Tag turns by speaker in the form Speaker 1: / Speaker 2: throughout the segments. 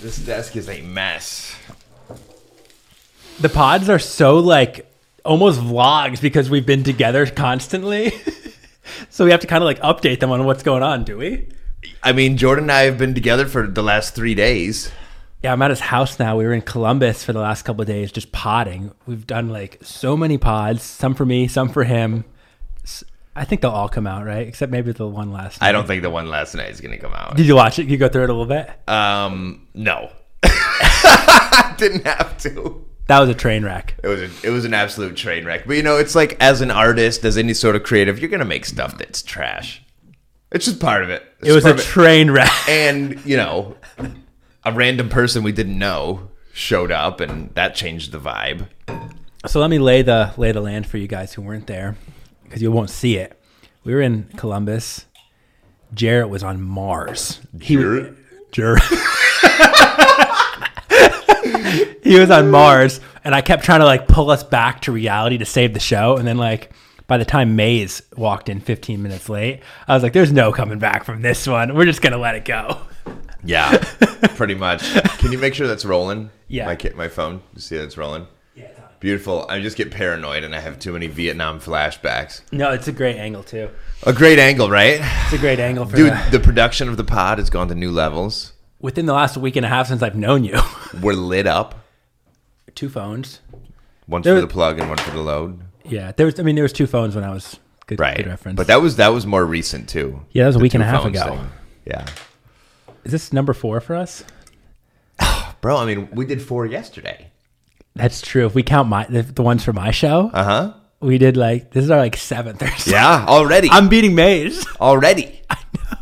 Speaker 1: This desk is a mess.
Speaker 2: The pods are so like almost vlogs because we've been together constantly. so we have to kind of like update them on what's going on, do we?
Speaker 1: I mean, Jordan and I have been together for the last three days.
Speaker 2: Yeah, I'm at his house now. We were in Columbus for the last couple of days just potting. We've done like so many pods, some for me, some for him. S- I think they'll all come out, right? Except maybe the one last.
Speaker 1: I don't think the one last night is going to come out.
Speaker 2: Did you watch it? Can you go through it a little bit?
Speaker 1: Um, no, didn't have to.
Speaker 2: that was a train wreck.
Speaker 1: It was a, it was an absolute train wreck. But you know, it's like as an artist, as any sort of creative, you're going to make stuff that's trash. It's just part of it. It's
Speaker 2: It was a
Speaker 1: part of
Speaker 2: train wreck.
Speaker 1: and you know, a random person we didn't know showed up, and that changed the vibe.
Speaker 2: So let me lay the lay the land for you guys who weren't there, because you won't see it. We were in Columbus. Jarrett was on Mars. He was, Jarrett. he was on Mars, and I kept trying to like pull us back to reality to save the show. And then like by the time Maze walked in 15 minutes late, I was like, "There's no coming back from this one. We're just gonna let it go."
Speaker 1: Yeah, pretty much. Can you make sure that's rolling?
Speaker 2: Yeah.
Speaker 1: My ki- my phone. You see that's rolling. Beautiful. I just get paranoid and I have too many Vietnam flashbacks.
Speaker 2: No, it's a great angle too.
Speaker 1: A great angle, right?
Speaker 2: It's a great angle for
Speaker 1: Dude,
Speaker 2: the-
Speaker 1: the production of the pod has gone to new levels.
Speaker 2: within the last week and a half since I've known you.
Speaker 1: We're lit up.
Speaker 2: Two phones.
Speaker 1: One
Speaker 2: There-
Speaker 1: for the plug and one for the load.
Speaker 2: Yeah, there was. I mean, there was two phones when I was good,
Speaker 1: Right.
Speaker 2: good reference.
Speaker 1: But that was that was more recent too.
Speaker 2: Yeah, that was a
Speaker 1: The
Speaker 2: week and
Speaker 1: two
Speaker 2: a half
Speaker 1: phones
Speaker 2: ago.
Speaker 1: thing. Yeah.
Speaker 2: is this number four for us?
Speaker 1: Bro, I mean, we did four yesterday.
Speaker 2: That's true. If we count my the, the ones for my show,
Speaker 1: Uh huh.
Speaker 2: we did like this is our like seventh or something.
Speaker 1: Yeah, already.
Speaker 2: I'm beating Maze.
Speaker 1: already. I know.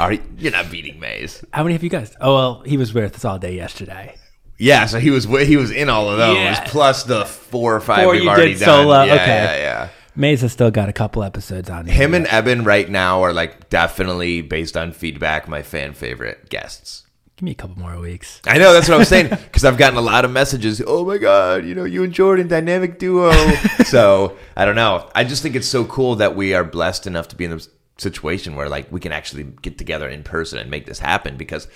Speaker 1: Are you, you're not beating Maze?
Speaker 2: How many have you guys? Oh well, he was with us all day yesterday.
Speaker 1: Yeah, so he was wi- he was in all of those
Speaker 2: Yeah.
Speaker 1: plus the four or five
Speaker 2: Four
Speaker 1: we've
Speaker 2: you
Speaker 1: already
Speaker 2: did
Speaker 1: done.
Speaker 2: solo,
Speaker 1: Yeah,
Speaker 2: okay.
Speaker 1: yeah, yeah.
Speaker 2: Maze has still got a couple episodes on here.
Speaker 1: Him and Eben right now are like definitely based on feedback my fan favorite guests.
Speaker 2: give me a couple more weeks.
Speaker 1: I know that's what I'm saying because I've gotten a lot of messages. Oh my god, you know you and Jordan dynamic duo. so I don't know. I just think it's so cool that we are blessed enough to be in this situation where like we can actually get together in person and make this happen because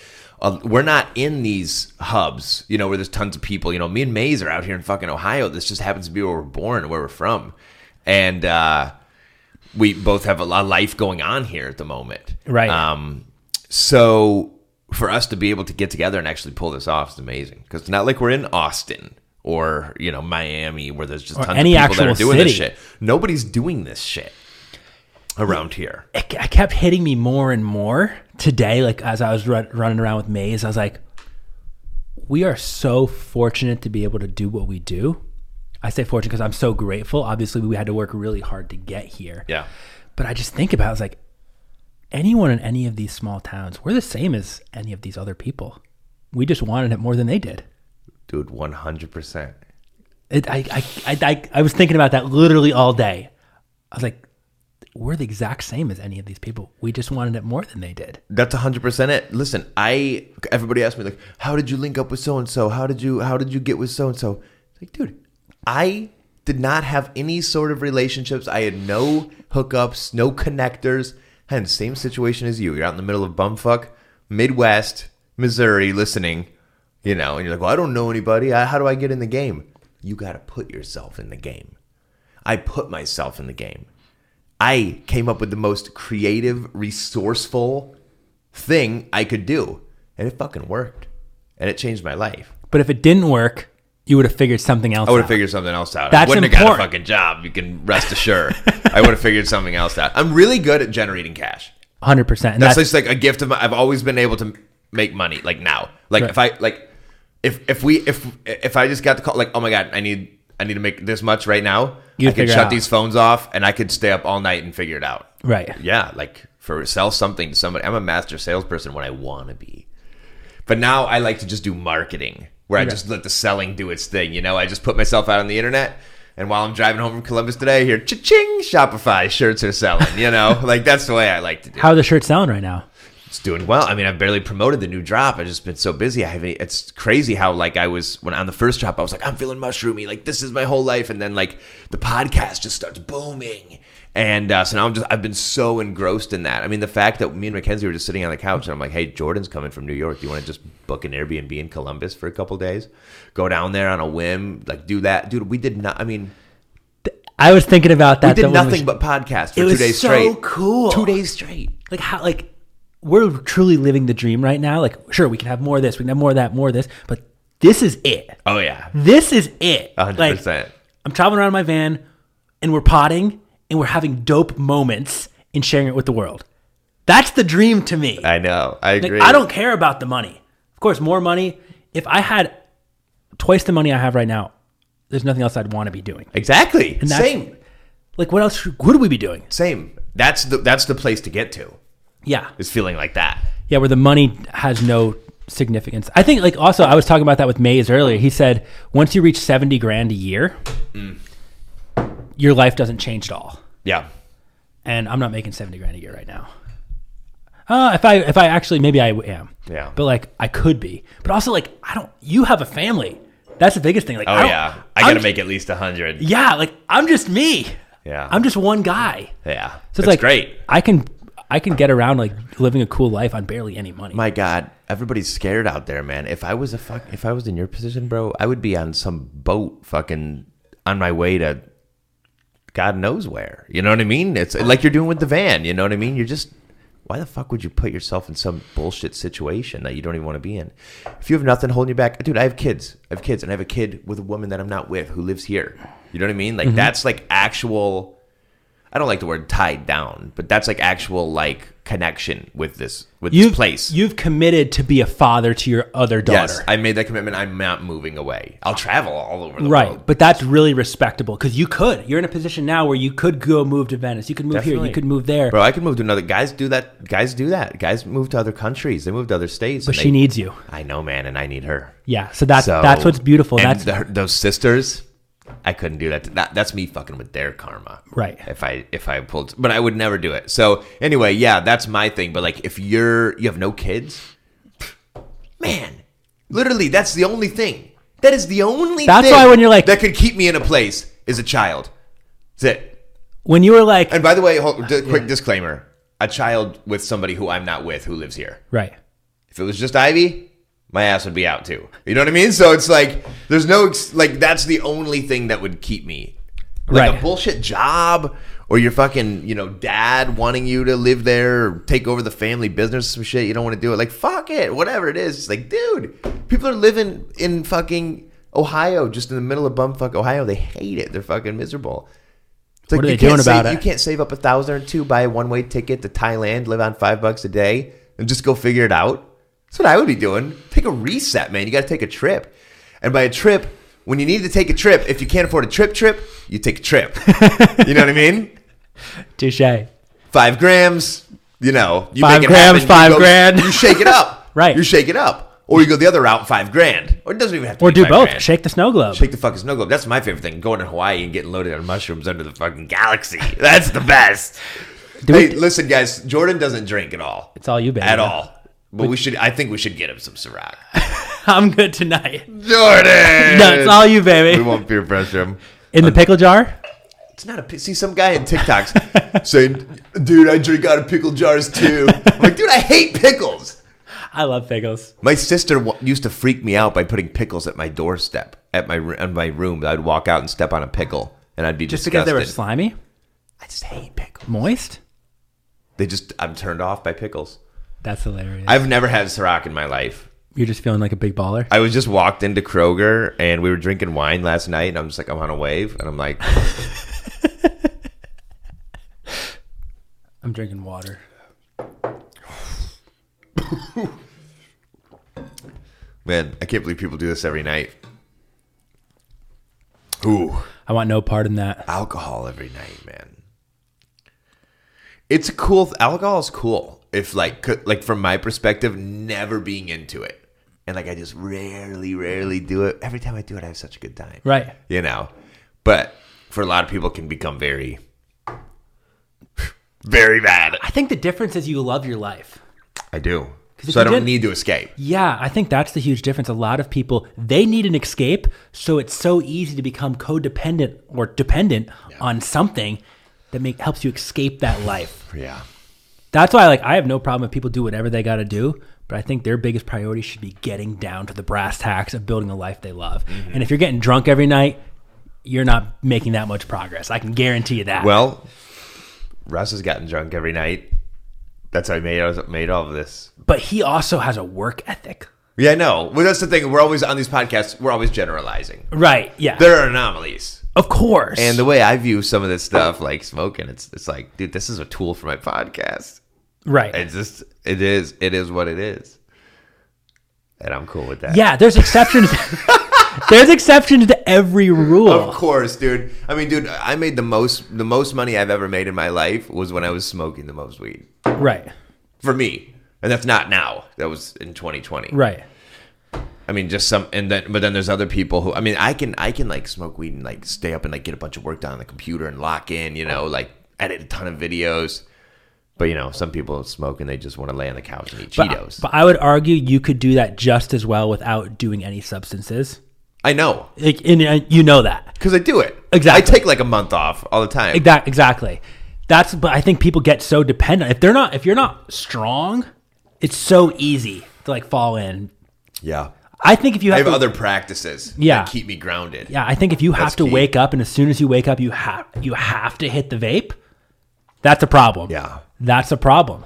Speaker 1: uh, we're not in these hubs, you know, where there's tons of people. You know, me and Maze are out here in fucking Ohio. This just happens to be where we're born, and where we're from, and uh, we both have a lot of life going on here at the moment.
Speaker 2: Right.
Speaker 1: Um, so for us to be able to get together and actually pull this off is amazing because it's not like we're in Austin or you know Miami where there's just tons
Speaker 2: any
Speaker 1: of people that are
Speaker 2: actual
Speaker 1: doing this
Speaker 2: city.
Speaker 1: shit. Nobody's doing this shit around here.
Speaker 2: It, it kept hitting me more and more today. Like as I was run, running around with Maze, I was like, we are so fortunate to be able to do what we do. I say fortunate because I'm so grateful. Obviously, we had to work really hard to get here.
Speaker 1: Yeah.
Speaker 2: But I just think about it, I was like, anyone in any of these small towns, we're the same as any of these other people. We just wanted it more than they did.
Speaker 1: Dude, 100%.
Speaker 2: It, I, I, I, I, I was thinking about that literally all day. I was like, we're the exact same as any of these people. We just wanted it more than they did.
Speaker 1: That's 100% it. Listen, I everybody asked me like, "How did you link up with so and so? How did you how did you get with so and so?" Like, dude, I did not have any sort of relationships. I had no hookups, no connectors. And same situation as you. You're out in the middle of bumfuck Midwest, Missouri listening, you know, and you're like, "Well, I don't know anybody. I, how do I get in the game?" You got to put yourself in the game. I put myself in the game. I came up with the most creative, resourceful thing I could do. And it fucking worked. And it changed my life.
Speaker 2: But if it didn't work, you would have figured something else
Speaker 1: I would
Speaker 2: out.
Speaker 1: have figured something else out.
Speaker 2: That's
Speaker 1: I wouldn't have got a
Speaker 2: important.
Speaker 1: fucking job. You can rest assured. I would have figured something else out. I'm really good at generating cash.
Speaker 2: 100%. And
Speaker 1: That's,
Speaker 2: that's,
Speaker 1: just like a gift of mine. I've always been able to m- make money. Like now, like
Speaker 2: Right.
Speaker 1: if I like if if we if if I just got the call, like oh my god, I need I need to make this much right now.
Speaker 2: You'd
Speaker 1: I could
Speaker 2: figure it
Speaker 1: shut
Speaker 2: out.
Speaker 1: these phones off and I could stay up all night and figure it out.
Speaker 2: Right.
Speaker 1: Yeah, like for sell something to somebody. I'm a master salesperson when I want to be, but now I like to just do marketing where I just let the selling do its thing. You know, I just put myself out on the internet. And while I'm driving home from Columbus today, I hear cha-ching, Shopify shirts are selling. You know, like that's the way I like to do. it.
Speaker 2: how are the shirts selling right now?
Speaker 1: It's doing well. I mean, I've barely promoted the new drop. I've just been so busy. I haven't. e-, It's crazy how like I was when on the first drop, I was like, I'm feeling mushroomy. Like this is my whole life, and then like the podcast just starts booming, And uh, so now I'm just I've been so engrossed in that. I mean, the fact that me and Mackenzie were just sitting on the couch and I'm like, "Hey, Jordan's coming from New York. Do you want to just book an Airbnb in Columbus for a couple days? Go down there on a whim, like do that, dude." We did not. I mean,
Speaker 2: I was thinking about
Speaker 1: we
Speaker 2: that.
Speaker 1: did
Speaker 2: though, when we-
Speaker 1: nothing but podcast for
Speaker 2: It
Speaker 1: two
Speaker 2: was
Speaker 1: days
Speaker 2: so
Speaker 1: straight.
Speaker 2: cool.
Speaker 1: Two days straight.
Speaker 2: like how like we're truly living the dream right now. Like sure, we can have more of this, we can have more of that, more of this, but this is it.
Speaker 1: Oh yeah,
Speaker 2: This is it.
Speaker 1: A hundred
Speaker 2: Like,
Speaker 1: percent.
Speaker 2: I'm traveling around in my van and we're potting and we're having dope moments and sharing it with the world. That's the dream to me.
Speaker 1: I know. I
Speaker 2: Like,
Speaker 1: agree.
Speaker 2: I don't care about the money. Of course, more money. If I had twice the money I have right now, there's nothing else I'd want to be doing.
Speaker 1: exactly.
Speaker 2: that's-
Speaker 1: Same.
Speaker 2: Like, what else would we be doing?
Speaker 1: Same. That's the that's the place to get to.
Speaker 2: Yeah.
Speaker 1: Is feeling like that.
Speaker 2: Yeah, where the money has no significance. I think, like, also, I was talking about that with Mays earlier. He said, once you reach 70 grand a year, your life doesn't change at all.
Speaker 1: Yeah.
Speaker 2: And I'm not making 70 grand a year right now. Uh, if I if I actually maybe I am
Speaker 1: Yeah.
Speaker 2: but like I could be but also like I don't you have a family that's the biggest thing like
Speaker 1: Oh
Speaker 2: I don't-
Speaker 1: yeah. I
Speaker 2: I'm-
Speaker 1: gotta make at least a hundred.
Speaker 2: yeah like I'm just me
Speaker 1: Yeah.
Speaker 2: I'm just one guy
Speaker 1: Yeah.
Speaker 2: so it's like I can I can get around like living a cool life on barely any money
Speaker 1: My God, everybody's scared out there, man. If I was a fuck, if I was in your position, bro, I would be on some boat, fucking on my way to God knows where. You know what I mean? It's like you're doing with the van. You know what I mean? You're just why the fuck would you put yourself in some bullshit situation that you don't even want to be in? If you have nothing holding you back, dude, I have kids. I have kids, and I have a kid with a woman that I'm not with who lives here. You know what I mean? Like that's like actual. I don't like the word tied down, but that's like actual like connection with this with
Speaker 2: you've,
Speaker 1: this place.
Speaker 2: You've committed to be a father to your other
Speaker 1: Yes,
Speaker 2: daughter.
Speaker 1: I made that commitment. I'm not moving away. I'll travel all over the
Speaker 2: right.
Speaker 1: world.
Speaker 2: But that's really respectable because you could. You're in a position now where you could go move to Venice. You could move here.
Speaker 1: Definitely.
Speaker 2: You could move there.
Speaker 1: Bro, I could move to another. Guys do that. Guys do that. Guys move to other countries. They move to other states.
Speaker 2: but
Speaker 1: and
Speaker 2: she
Speaker 1: they-
Speaker 2: needs you.
Speaker 1: I know, man, and I need her.
Speaker 2: Yeah. So that's
Speaker 1: So-
Speaker 2: that's what's beautiful.
Speaker 1: And
Speaker 2: That's
Speaker 1: the- those sisters. I couldn't do that. to- that. That's me fucking with their karma.
Speaker 2: Right.
Speaker 1: If I if I pulled, but I would never do it. So anyway, yeah, that's my thing. But like, if you're you have no kids, man, literally, that's the only thing. That is the only.
Speaker 2: That's
Speaker 1: thing
Speaker 2: why when you're like-
Speaker 1: that could keep me in a place is a child. That's it.
Speaker 2: when you were like
Speaker 1: And by the way, hold, d- quick disclaimer: a child with somebody who I'm not with, who lives here.
Speaker 2: right.
Speaker 1: If it was just Ivy, my ass would be out too. You know what I mean? So it's like there's no ex- like that's the only thing that would keep me. Like
Speaker 2: Right.
Speaker 1: a bullshit job or your fucking, you know, dad wanting you to live there or take over the family business some shit you don't want to do it. Like fuck it, whatever it is. It's like, dude, people are living in fucking Ohio, just in the middle of bumfuck Ohio. They hate it. They're fucking miserable. It's like
Speaker 2: What are
Speaker 1: you
Speaker 2: they doing
Speaker 1: can't
Speaker 2: about
Speaker 1: save-
Speaker 2: it?
Speaker 1: You can't save up a thousand or two, buy a one way ticket to Thailand, live on five bucks a day, and just go figure it out. That's what I would be doing. Take a reset, man. You got to take a trip. And by a trip, when you need to take a trip, if you can't afford a trip, trip, you take a trip. you know what I mean?
Speaker 2: Touche. Right.
Speaker 1: Five grams, you know, you
Speaker 2: Five
Speaker 1: make it
Speaker 2: grams,
Speaker 1: happen,
Speaker 2: five
Speaker 1: you go-
Speaker 2: grand.
Speaker 1: You shake it up,
Speaker 2: Right.
Speaker 1: You shake it up, or you go the other route, five grand, or it doesn't even have to.
Speaker 2: Or
Speaker 1: be
Speaker 2: do
Speaker 1: five
Speaker 2: both.
Speaker 1: grand.
Speaker 2: Shake the snow globe.
Speaker 1: Shake the fucking snow globe. That's my favorite thing. Going to Hawaii and getting loaded on mushrooms under the fucking galaxy. That's the best. hey, listen, guys. Jordan doesn't drink at all.
Speaker 2: It's all you, baby.
Speaker 1: at all. But we should. I think we should get him some Ciroc.
Speaker 2: I'm good tonight.
Speaker 1: Jordan.
Speaker 2: No, it's all you,
Speaker 1: We
Speaker 2: baby.
Speaker 1: won't peer pressure him.
Speaker 2: In the pickle jar.
Speaker 1: It's not a pi- see some guy in TikToks saying, "Dude, I drink out of pickle jars too." I'm like, dude, I hate pickles.
Speaker 2: I love pickles.
Speaker 1: My sister w- used to freak me out by putting pickles at my doorstep, at my r- on my room. I'd walk out and step on a pickle, and I'd be
Speaker 2: Just because they were
Speaker 1: disgusted.
Speaker 2: slimy,
Speaker 1: I just hate pickles.
Speaker 2: moist.
Speaker 1: They just I'm turned off by pickles.
Speaker 2: That's hilarious.
Speaker 1: I've never had Ciroc in my life.
Speaker 2: You're just feeling like a big baller.
Speaker 1: I was just walked into Kroger and we were drinking wine last night, and I'm just like I'm on a wave, and I'm like,
Speaker 2: I'm drinking water.
Speaker 1: man, I can't believe people do this every night. Ooh,
Speaker 2: I want no part in that.
Speaker 1: alcohol every night, man. It's a cool. Th- alcohol is cool. If like c- like from my perspective, never being into it, and like I just rarely, rarely do it. Every time I do it, I have such a good time.
Speaker 2: Right.
Speaker 1: you know but for a lot of people can become very very bad
Speaker 2: I think the difference is you love your life.
Speaker 1: i do
Speaker 2: if
Speaker 1: so i
Speaker 2: you
Speaker 1: don't
Speaker 2: didn't-
Speaker 1: need to escape
Speaker 2: Yeah, I think that's the huge difference. A lot of people, they need an escape, so it's so easy to become codependent or dependent on something that make helps you escape that life.
Speaker 1: Yeah.
Speaker 2: That's why like I have no problem if people do whatever they got to do, but I think their biggest priority should be getting down to the brass tacks of building a life they love. And if you're getting drunk every night, you're not making that much progress. I can guarantee you that.
Speaker 1: Well, Russ has gotten drunk every night. That's how he made made all of this.
Speaker 2: but he also has a work ethic.
Speaker 1: Yeah, I know. Well, that's the thing. We're always on these podcasts. We're always generalizing.
Speaker 2: Right. Yeah.
Speaker 1: There are anomalies.
Speaker 2: of course.
Speaker 1: And the way I view some of this stuff, like smoking, it's it's like, dude, this is a tool for my podcast.
Speaker 2: right.
Speaker 1: It's just, it is, it is what it is, and I'm cool with that.
Speaker 2: yeah, there's exceptions. there's exceptions to every rule.
Speaker 1: Of course, dude. I mean, dude, I made the most the most money I've ever made in my life was when I was smoking the most weed.
Speaker 2: Right.
Speaker 1: For me. And that's not now. That was in 2020.
Speaker 2: Right.
Speaker 1: I mean, just some and then but then there's other people who I mean, I can I can like smoke weed and like stay up and like get a bunch of work done on the computer and lock in, you know, like edit a ton of videos. But you know, some people smoke and they just want to lay on the couch and eat Cheetos.
Speaker 2: But I would argue you could do that just as well without doing any substances.
Speaker 1: I know
Speaker 2: Like, and uh, you know that.
Speaker 1: because I do it.
Speaker 2: Exactly.
Speaker 1: I take like a month off all the time.
Speaker 2: Exact, exactly. That's. But I think people get so dependent. If they're not, if you're not strong, it's so easy to like fall in.
Speaker 1: Yeah.
Speaker 2: I think if you
Speaker 1: I
Speaker 2: have,
Speaker 1: have
Speaker 2: to,
Speaker 1: other practices.
Speaker 2: Yeah.
Speaker 1: That keep me grounded.
Speaker 2: yeah, I think if you have
Speaker 1: That's
Speaker 2: to
Speaker 1: key.
Speaker 2: wake up, and as soon as you wake up, you have you have to hit the vape. That's a problem.
Speaker 1: Yeah.
Speaker 2: that's a problem.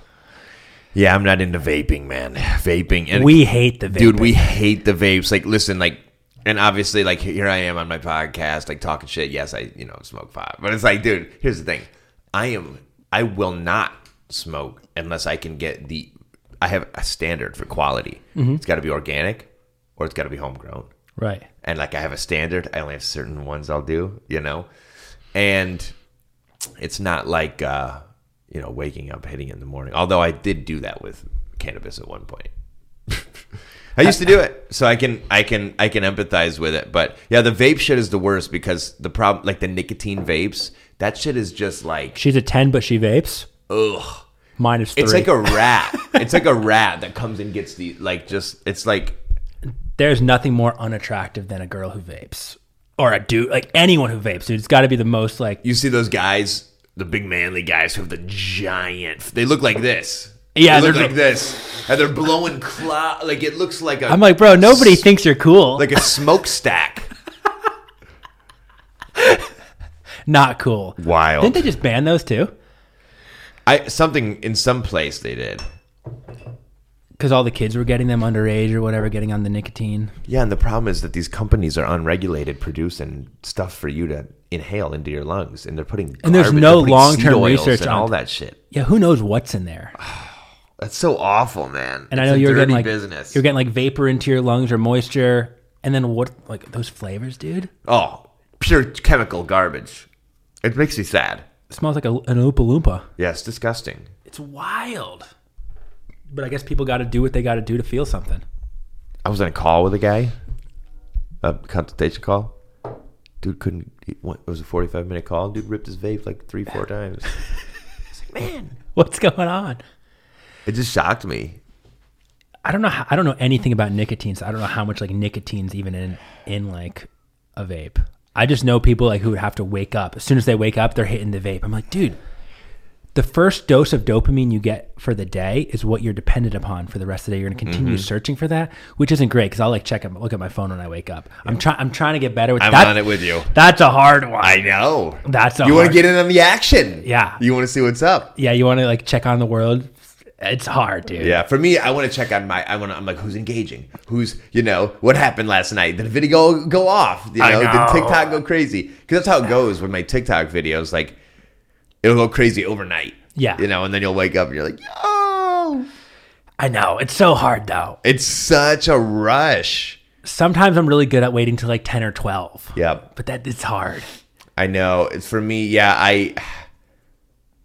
Speaker 1: Yeah, I'm not into vaping, man. Vaping and
Speaker 2: We hate the vape,
Speaker 1: dude, we hate the vapes. Like, listen, like, and obviously, like, here I am on my podcast, like talking shit. Yes, I, you know, smoke pot, but it's like, dude, here's the thing: I am, I will not smoke unless I can get the. I have a standard for quality. It's got to be organic, or it's got to be homegrown.
Speaker 2: right?
Speaker 1: And like, I have a standard. I only have certain ones I'll do, you know, and it's not like, uh, you know, waking up hitting it in the morning. Although I did do that with cannabis at one point. I used to do it, so I can I can I can empathize with it. But yeah, the vape shit is the worst because the problem, like the nicotine vapes, that shit is just like
Speaker 2: She's a ten, but she vapes
Speaker 1: ugh.
Speaker 2: minus three.
Speaker 1: It's like a rat. it's like a rat that comes and gets the like just. It's like
Speaker 2: There's nothing more unattractive than a girl who vapes or a dude, like anyone who vapes, dude. It's got to be the most like,
Speaker 1: you see those guys, the big manly guys who have the giant. They look like this.
Speaker 2: Yeah,
Speaker 1: they look
Speaker 2: they're-
Speaker 1: like this, and they're blowing cloud. Like it looks like a
Speaker 2: I'm like, bro, nobody thinks you're cool.
Speaker 1: like a smokestack.
Speaker 2: Not cool.
Speaker 1: Wild.
Speaker 2: Didn't they just ban those too?
Speaker 1: I something in some place they did.
Speaker 2: Because all the kids were getting them underage or whatever, getting on the nicotine.
Speaker 1: Yeah, and the problem is that these companies are unregulated, producing stuff for you to inhale into your lungs, and they're putting
Speaker 2: And there's
Speaker 1: garbage-
Speaker 2: no
Speaker 1: they're putting
Speaker 2: long-term
Speaker 1: seed oils
Speaker 2: research
Speaker 1: and
Speaker 2: on
Speaker 1: all
Speaker 2: it.
Speaker 1: that shit.
Speaker 2: Yeah, who knows what's in there?
Speaker 1: That's so awful, man.
Speaker 2: And I
Speaker 1: Ah, It's
Speaker 2: know
Speaker 1: a
Speaker 2: you're
Speaker 1: dirty
Speaker 2: getting like
Speaker 1: business.
Speaker 2: you're getting like vapor into your lungs or moisture, and then what? Like those flavors, dude.
Speaker 1: oh, pure chemical garbage. It makes me sad.
Speaker 2: It smells like a, an Oompa Loompa.
Speaker 1: Yeah, it's disgusting.
Speaker 2: It's wild. But I guess people got to do what they got to do to feel something.
Speaker 1: I was on a call with a guy, a consultation call. Dude couldn't. It went- it was a forty-five minute call. Dude ripped his vape like three, four times.
Speaker 2: What's going on?
Speaker 1: It just shocked me.
Speaker 2: I don't know. How, I don't know anything about nicotine, so I don't know how much like nicotine's even in in like a vape. I just know people like who would have to wake up as soon as they wake up, they're hitting the vape. I'm like, dude, the first dose of dopamine you get for the day is what you're dependent upon for the rest of the day. You're gonna continue
Speaker 1: Mm-hmm.
Speaker 2: searching for that, which isn't great because I'll like check and look at my phone when I wake up. I'm trying. I'm trying to get better with
Speaker 1: I'm
Speaker 2: that.
Speaker 1: on it with you.
Speaker 2: That's a hard one.
Speaker 1: I know.
Speaker 2: That's a
Speaker 1: you want
Speaker 2: hard-
Speaker 1: to get in on the action.
Speaker 2: Yeah.
Speaker 1: You want to see what's up.
Speaker 2: yeah, you want to like check on the world. It's hard, dude.
Speaker 1: Yeah, for me, I want to check on my. I want. to I'm like, who's engaging? Who's you know what happened last night? Did a video go, go off? You
Speaker 2: I
Speaker 1: know,
Speaker 2: know.
Speaker 1: did TikTok go crazy? Because that's how it goes with my TikTok videos. Like, it'll go crazy overnight.
Speaker 2: Yeah.
Speaker 1: you know, and then you'll wake up and you're like, yo,
Speaker 2: I know. It's so hard though.
Speaker 1: it's such a rush.
Speaker 2: sometimes I'm really good at waiting till like 10 or 12.
Speaker 1: Yep,
Speaker 2: But that it's hard.
Speaker 1: I know. It's for me. Yeah, I,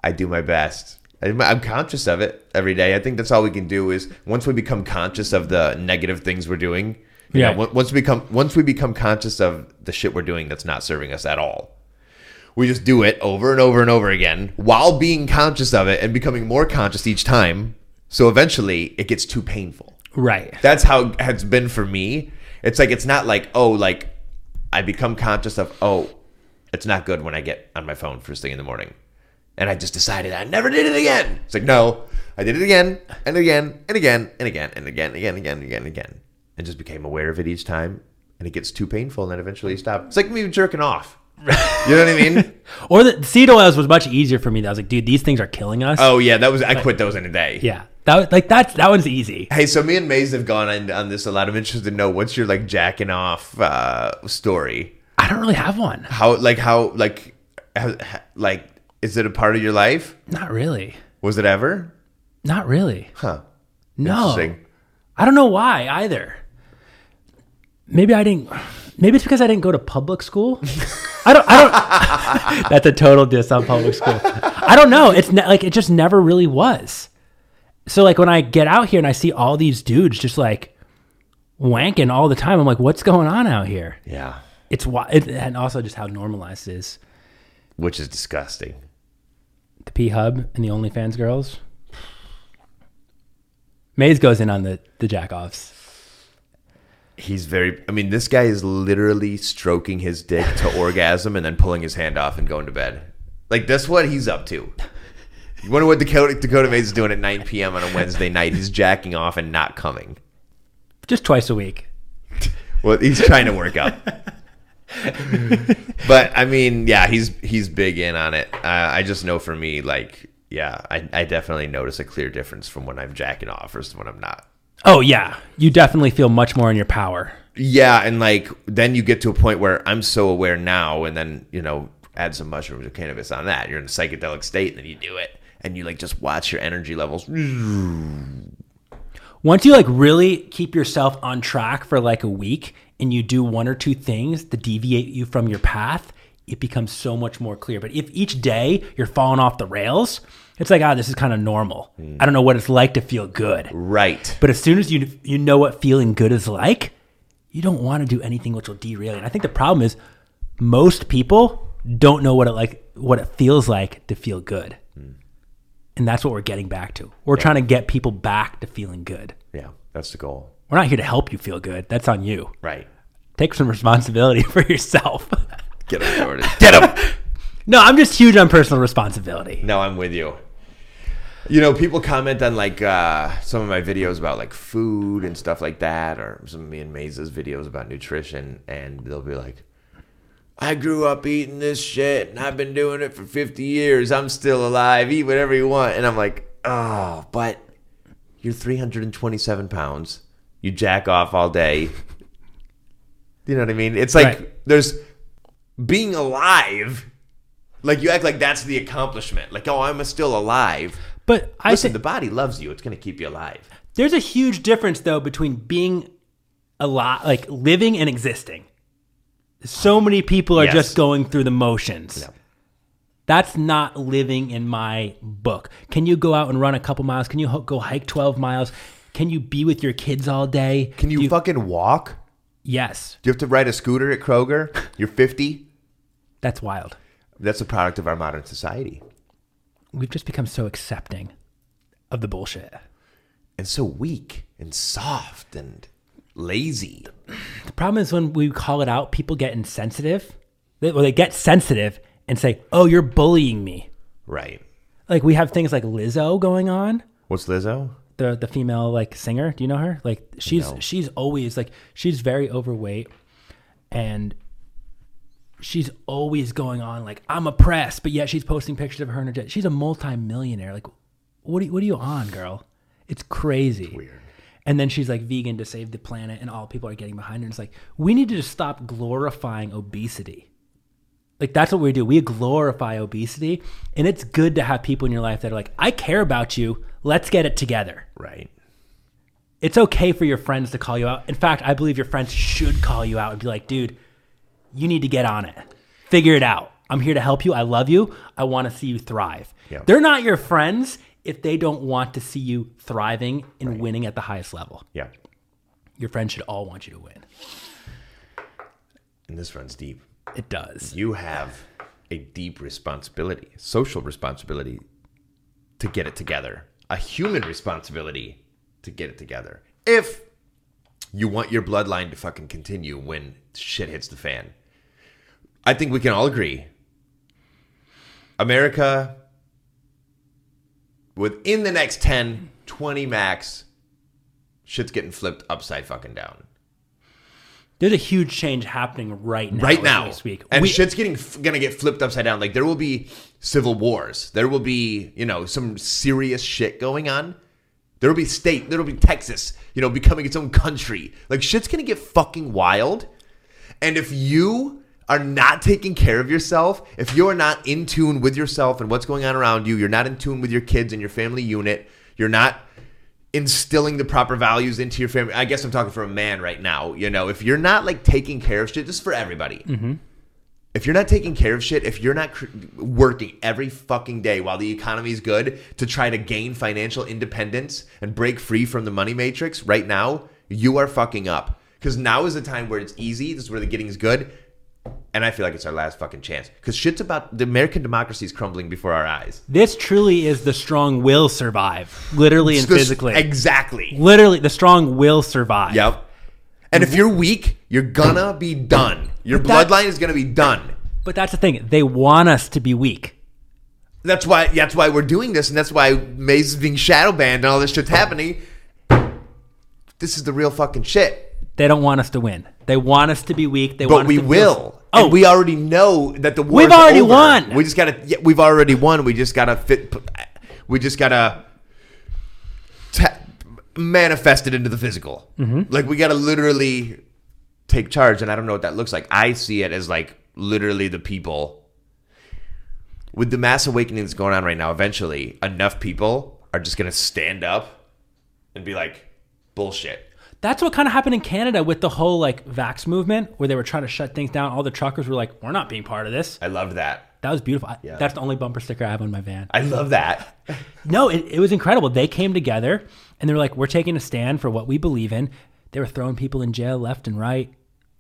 Speaker 1: I do my best. I'm I'm conscious of it every day. I think that's all we can do is once we become conscious of the negative things we're doing. You
Speaker 2: Yeah.
Speaker 1: know, on- once we become once we become conscious of the shit we're doing that's not serving us at all, we just do it over and over and over again while being conscious of it and becoming more conscious each time. So eventually, it gets too painful.
Speaker 2: Right.
Speaker 1: that's how it has been for me. It's like it's not like oh like I become conscious of oh it's not good when I get on my phone first thing in the morning. And I just decided I never did it again. It's like, no, I did it again and again and again and again and again and again and again and again. And, again. and just became aware of it each time. And it gets too painful. And then eventually you stop. It's like me jerking off. You know what I mean?
Speaker 2: Or the seed oils was much easier for me. I was like, dude, these things are killing us.
Speaker 1: Oh, yeah. That was, I quit those in a day.
Speaker 2: Yeah, that was- like that's that one's easy.
Speaker 1: Hey, so me and Maze have gone on, on this a lot. I'm interested to know what's your like jacking off uh, story.
Speaker 2: I don't really have one.
Speaker 1: How like how like how, like is it a part of your life?
Speaker 2: Not really.
Speaker 1: Was it ever?
Speaker 2: Not really.
Speaker 1: Huh.
Speaker 2: No.
Speaker 1: Interesting.
Speaker 2: I don't know why either. Maybe I didn't. Maybe it's because I didn't go to public school. I don't. I don't. that's a total diss on public school. I don't know. It's ne- like it just never really was. So like when I get out here and I see all these dudes just like wanking all the time, I'm like, what's going on out here?
Speaker 1: Yeah.
Speaker 2: It's why, it, and also just how normalized it is.
Speaker 1: Which is disgusting.
Speaker 2: the P Hub and the OnlyFans girls. Maze goes in on the the jack offs.
Speaker 1: He's very. I mean, this guy is literally stroking his dick to orgasm and then pulling his hand off and going to bed. Like that's what he's up to. You wonder what Dakota Dakota Mays is doing at 9 p.m. on a Wednesday night? He's jacking off and not coming.
Speaker 2: Just twice a week.
Speaker 1: Well, he's trying to work up. but I mean, yeah, he's he's big in on it. Uh, I just know for me, like, yeah, I, I definitely notice a clear difference from when I'm jacking off versus when I'm not.
Speaker 2: Oh yeah. You definitely feel much more in your power.
Speaker 1: Yeah, and like then you get to a point where I'm so aware now, and then you know add some mushrooms or cannabis on that. You're in a psychedelic state, and then you do it, and you like just watch your energy levels.
Speaker 2: Once you like really keep yourself on track for like a week and you do one or two things that deviate you from your path, it becomes so much more clear. But if each day you're falling off the rails, it's like, ah, this is kind of normal. I don't know what it's like to feel good.
Speaker 1: Right.
Speaker 2: But as soon as you you know what feeling good is like, you don't want to do anything which will derail you. And I think the problem is most people don't know what it like what it feels like to feel good. And that's what we're getting back to. We're trying to get people back to feeling good.
Speaker 1: Yeah, that's the goal.
Speaker 2: We're not here to help you feel good. That's on you.
Speaker 1: Right.
Speaker 2: Take some responsibility for yourself.
Speaker 1: Get him, Jordan. Get him.
Speaker 2: no, I'm just huge on personal responsibility.
Speaker 1: No, I'm with you. You know, people comment on like uh, some of my videos about like food and stuff like that, or some of me and Maze's videos about nutrition, and they'll be like, "I grew up eating this shit, and I've been doing it for 50 years. I'm still alive. Eat whatever you want." And I'm like, "Oh, but you're 327 pounds. You jack off all day. You know what I mean? It's like
Speaker 2: Right.
Speaker 1: there's being alive." Like you act like that's the accomplishment. Like, oh, I'm still alive.
Speaker 2: But I
Speaker 1: Listen,
Speaker 2: think
Speaker 1: the body loves you. It's gonna keep you alive.
Speaker 2: There's a huge difference though between being a lot like living and existing. So many people are
Speaker 1: Yes.
Speaker 2: just going through the motions. That's not living in my book. Can you go out and run a couple miles? Can you ho- go hike 12 miles? Can you be with your kids all day?
Speaker 1: Can you,
Speaker 2: Do
Speaker 1: fucking walk?
Speaker 2: Yes.
Speaker 1: Do you have to ride a scooter at Kroger? You're 50.
Speaker 2: That's wild.
Speaker 1: That's a product of our modern society,
Speaker 2: We've just become so accepting of the bullshit.
Speaker 1: and so weak and soft and lazy.
Speaker 2: The problem is when we call it out, people get insensitive. They, well, they get sensitive and say, "Oh, you're bullying me."
Speaker 1: Right.
Speaker 2: like we have things like Lizzo going on,
Speaker 1: What's Lizzo?
Speaker 2: the the female like singer. Do you know her? Like she's
Speaker 1: No.
Speaker 2: she's always like she's very overweight and she's always going on like I'm oppressed, but yet she's posting pictures of her and her jet. She's a multimillionaire. Like what are, you- what are you on, girl? It's crazy.
Speaker 1: weird.
Speaker 2: And then she's like vegan to save the planet and all people are getting behind her. And it's like we need to just stop glorifying obesity. Like that's what we do. We glorify obesity, and it's good to have people in your life that are like, "I care about you. Let's get it together."
Speaker 1: Right.
Speaker 2: It's okay for your friends to call you out. In fact, I believe your friends should call you out and be like, "Dude, you need to get on it. Figure it out. I'm here to help you. I love you. I want to see you thrive."
Speaker 1: Yeah.
Speaker 2: They're not your friends if they don't want to see you thriving and winning at the highest level.
Speaker 1: Yeah.
Speaker 2: Your friends should all want you to win.
Speaker 1: And this runs deep.
Speaker 2: It does.
Speaker 1: You have a deep responsibility, social responsibility to get it together, a human responsibility to get it together. If you want your bloodline to fucking continue when shit hits the fan, I think we can all agree America within the next 10, 20 max, shit's getting flipped upside fucking down.
Speaker 2: There's a huge change happening right now.
Speaker 1: right
Speaker 2: as
Speaker 1: now.
Speaker 2: we speak.
Speaker 1: And
Speaker 2: We-
Speaker 1: shit's getting gonna get flipped upside down. Like there will be civil wars. There will be you know some serious shit going on. There will be state. There will be Texas. You know, becoming its own country. Like shit's gonna get fucking wild. And if you are not taking care of yourself, if you're not in tune with yourself and what's going on around you, you're not in tune with your kids and your family unit. You're not instilling the proper values into your family. I guess I'm talking for a man right now. You know, if you're not like taking care of shit, just for everybody. If you're not taking care of shit, if you're not cr- working every fucking day while the economy's good to try to gain financial independence and break free from the money matrix right now, you are fucking up. Because now is the time where it's easy. This is where the getting is good. And I feel like it's our last fucking chance. Because shit's about the American democracy is crumbling before our eyes.
Speaker 2: This truly is the strong will survive, literally and
Speaker 1: This-
Speaker 2: physically.
Speaker 1: Exactly.
Speaker 2: literally, the strong will survive.
Speaker 1: Yep. And if you're weak, you're gonna be done. Your
Speaker 2: Mm-hmm. But that-
Speaker 1: bloodline is gonna be done.
Speaker 2: But that's the thing. They want us to be weak.
Speaker 1: That's why. That's why we're doing this, and that's why Maze is being shadow banned, and all this shit's happening. This is the real fucking shit.
Speaker 2: They don't want us to win. They want us to be weak. They
Speaker 1: But
Speaker 2: want us
Speaker 1: we
Speaker 2: to feel-
Speaker 1: will.
Speaker 2: Oh,
Speaker 1: and we already know that the war.
Speaker 2: We've
Speaker 1: is
Speaker 2: already
Speaker 1: over.
Speaker 2: won.
Speaker 1: We just gotta. Yeah, we've already won. We just gotta fit. We just gotta ta- manifest it into the physical.
Speaker 2: Mm-hmm.
Speaker 1: Like we gotta literally take charge, and I don't know what that looks like. I see it as like literally the people with the mass awakening that's going on right now, eventually enough people are just gonna stand up and be like, bullshit.
Speaker 2: That's what kind of happened in Canada with the whole like vax movement, where they were trying to shut things down. All the truckers were like, "We're not being part of this."
Speaker 1: I love that.
Speaker 2: That was beautiful. I-
Speaker 1: Yeah.
Speaker 2: That's the only bumper sticker I have on my van.
Speaker 1: I love that.
Speaker 2: No, it, it was incredible. They came together and they were like, "We're taking a stand for what we believe in." They were throwing people in jail left and right.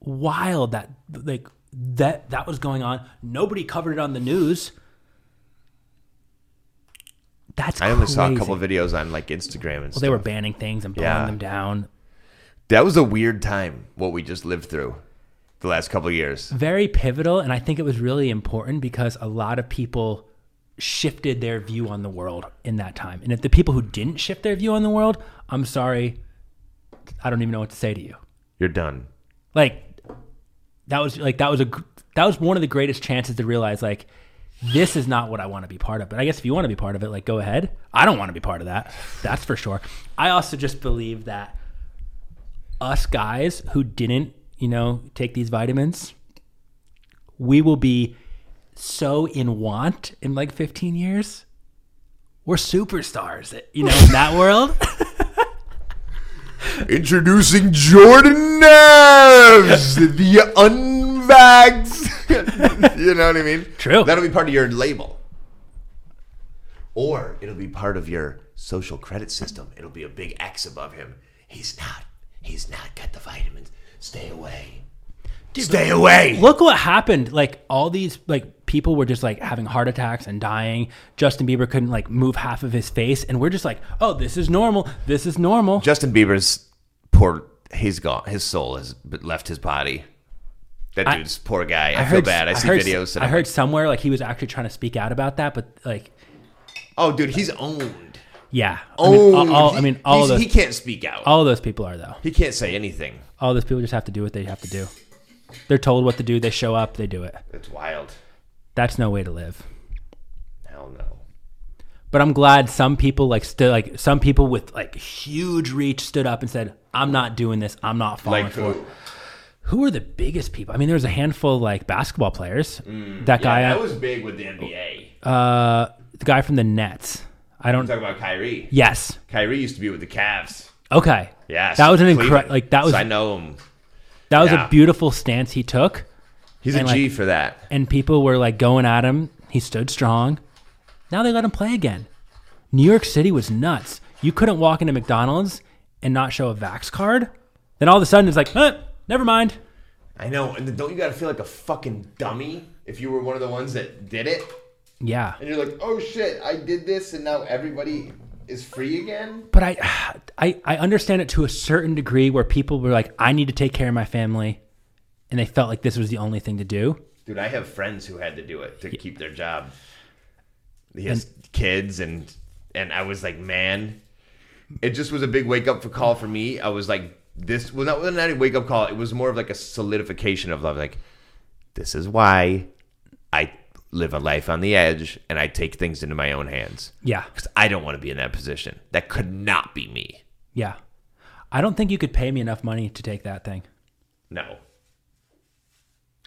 Speaker 2: Wild that like that that was going on. Nobody covered it on the news. That's
Speaker 1: I only
Speaker 2: crazy.
Speaker 1: saw a couple videos on like Instagram and
Speaker 2: Well,
Speaker 1: stuff.
Speaker 2: they were banning things and pulling
Speaker 1: Yeah.
Speaker 2: them down.
Speaker 1: that was a weird time what we just lived through the last couple years.
Speaker 2: Very pivotal, and I think it was really important because a lot of people shifted their view on the world in that time. And if the people who didn't shift their view on the world, I'm sorry, I don't even know what to say to you.
Speaker 1: You're done.
Speaker 2: like that was like that was a gr- that was one of the greatest chances to realize like this is not what I want to be part of. But I guess if you want to be part of it, like go ahead. I don't want to be part of that. That's for sure. I also just believe that us guys who didn't, you know, take these vitamins, we will be so in want in like 15 years. We're superstars, you know, in that world.
Speaker 1: Introducing Jordan Neves, the unvax. you know what I mean?
Speaker 2: True.
Speaker 1: That'll be part of your label. Or it'll be part of your social credit system. It'll be a big X above him. He's not. He's not got the vitamins. Stay away. Stay away.
Speaker 2: look what happened like all these like people were just like having heart attacks and dying justin bieber couldn't like move half of his face and we're just like oh this is normal this is normal
Speaker 1: Justin Bieber's poor. He's gone. His soul has left his body. That dude's poor guy. I, feel bad. I, see
Speaker 2: heard,
Speaker 1: videos. And
Speaker 2: i
Speaker 1: I'm
Speaker 2: heard somewhere like he was actually trying to speak out about that but like
Speaker 1: like, oh, dude, he's owned.
Speaker 2: yeah
Speaker 1: Owned.
Speaker 2: i mean all, all- I mean, all
Speaker 1: He's-
Speaker 2: those
Speaker 1: Oh, he can't speak out.
Speaker 2: all those people are though
Speaker 1: He can't say anything.
Speaker 2: all those people just have to do what they have to do they're told what to do they show up they do it
Speaker 1: It's wild.
Speaker 2: that's no way to live
Speaker 1: Hell no.
Speaker 2: Oh but I'm glad some people like stood like some people with like huge reach stood up and said, "I'm not doing this. I'm not falling
Speaker 1: Like
Speaker 2: for." it."
Speaker 1: who?
Speaker 2: Who are the biggest people? I mean, there was a handful of like basketball players. that guy,
Speaker 1: Mm. Yeah, that was big with the NBA.
Speaker 2: uh, the guy from the Nets. I don't.
Speaker 1: Talk about Kyrie.
Speaker 2: Yes.
Speaker 1: Kyrie used to be with the Cavs.
Speaker 2: Okay.
Speaker 1: Yes.
Speaker 2: That was an
Speaker 1: Cleveland.
Speaker 2: incredible. Like that was
Speaker 1: So I know him.
Speaker 2: that was
Speaker 1: yeah.
Speaker 2: a beautiful stance he took,
Speaker 1: He's a G
Speaker 2: And, like-
Speaker 1: for that.
Speaker 2: and people were like going at him. He stood strong. Now they let him play again. New York City was nuts. You couldn't walk into McDonald's and not show a Vax card. Then all of a sudden it's like, eh, never mind.
Speaker 1: I know. And don't you got to feel like a fucking dummy if you were one of the ones that did it?
Speaker 2: Yeah.
Speaker 1: And you're like, oh shit, I did this, and now everybody is free again.
Speaker 2: But I, I, I understand it to a certain degree where people were like, I need to take care of my family. And they felt like this was the only thing to do.
Speaker 1: Dude, I have friends who had to do it to keep their job. He has kids and and I was like, man, it just was a big wake up for call for me. I was like, this was not, not a wake up call. It was more of like a solidification of love. Like, this is why I live a life on the edge and I take things into my own hands
Speaker 2: Yeah.
Speaker 1: because I don't want to be in that position. That could not be me.
Speaker 2: Yeah. I don't think you could pay me enough money to take that thing.
Speaker 1: No.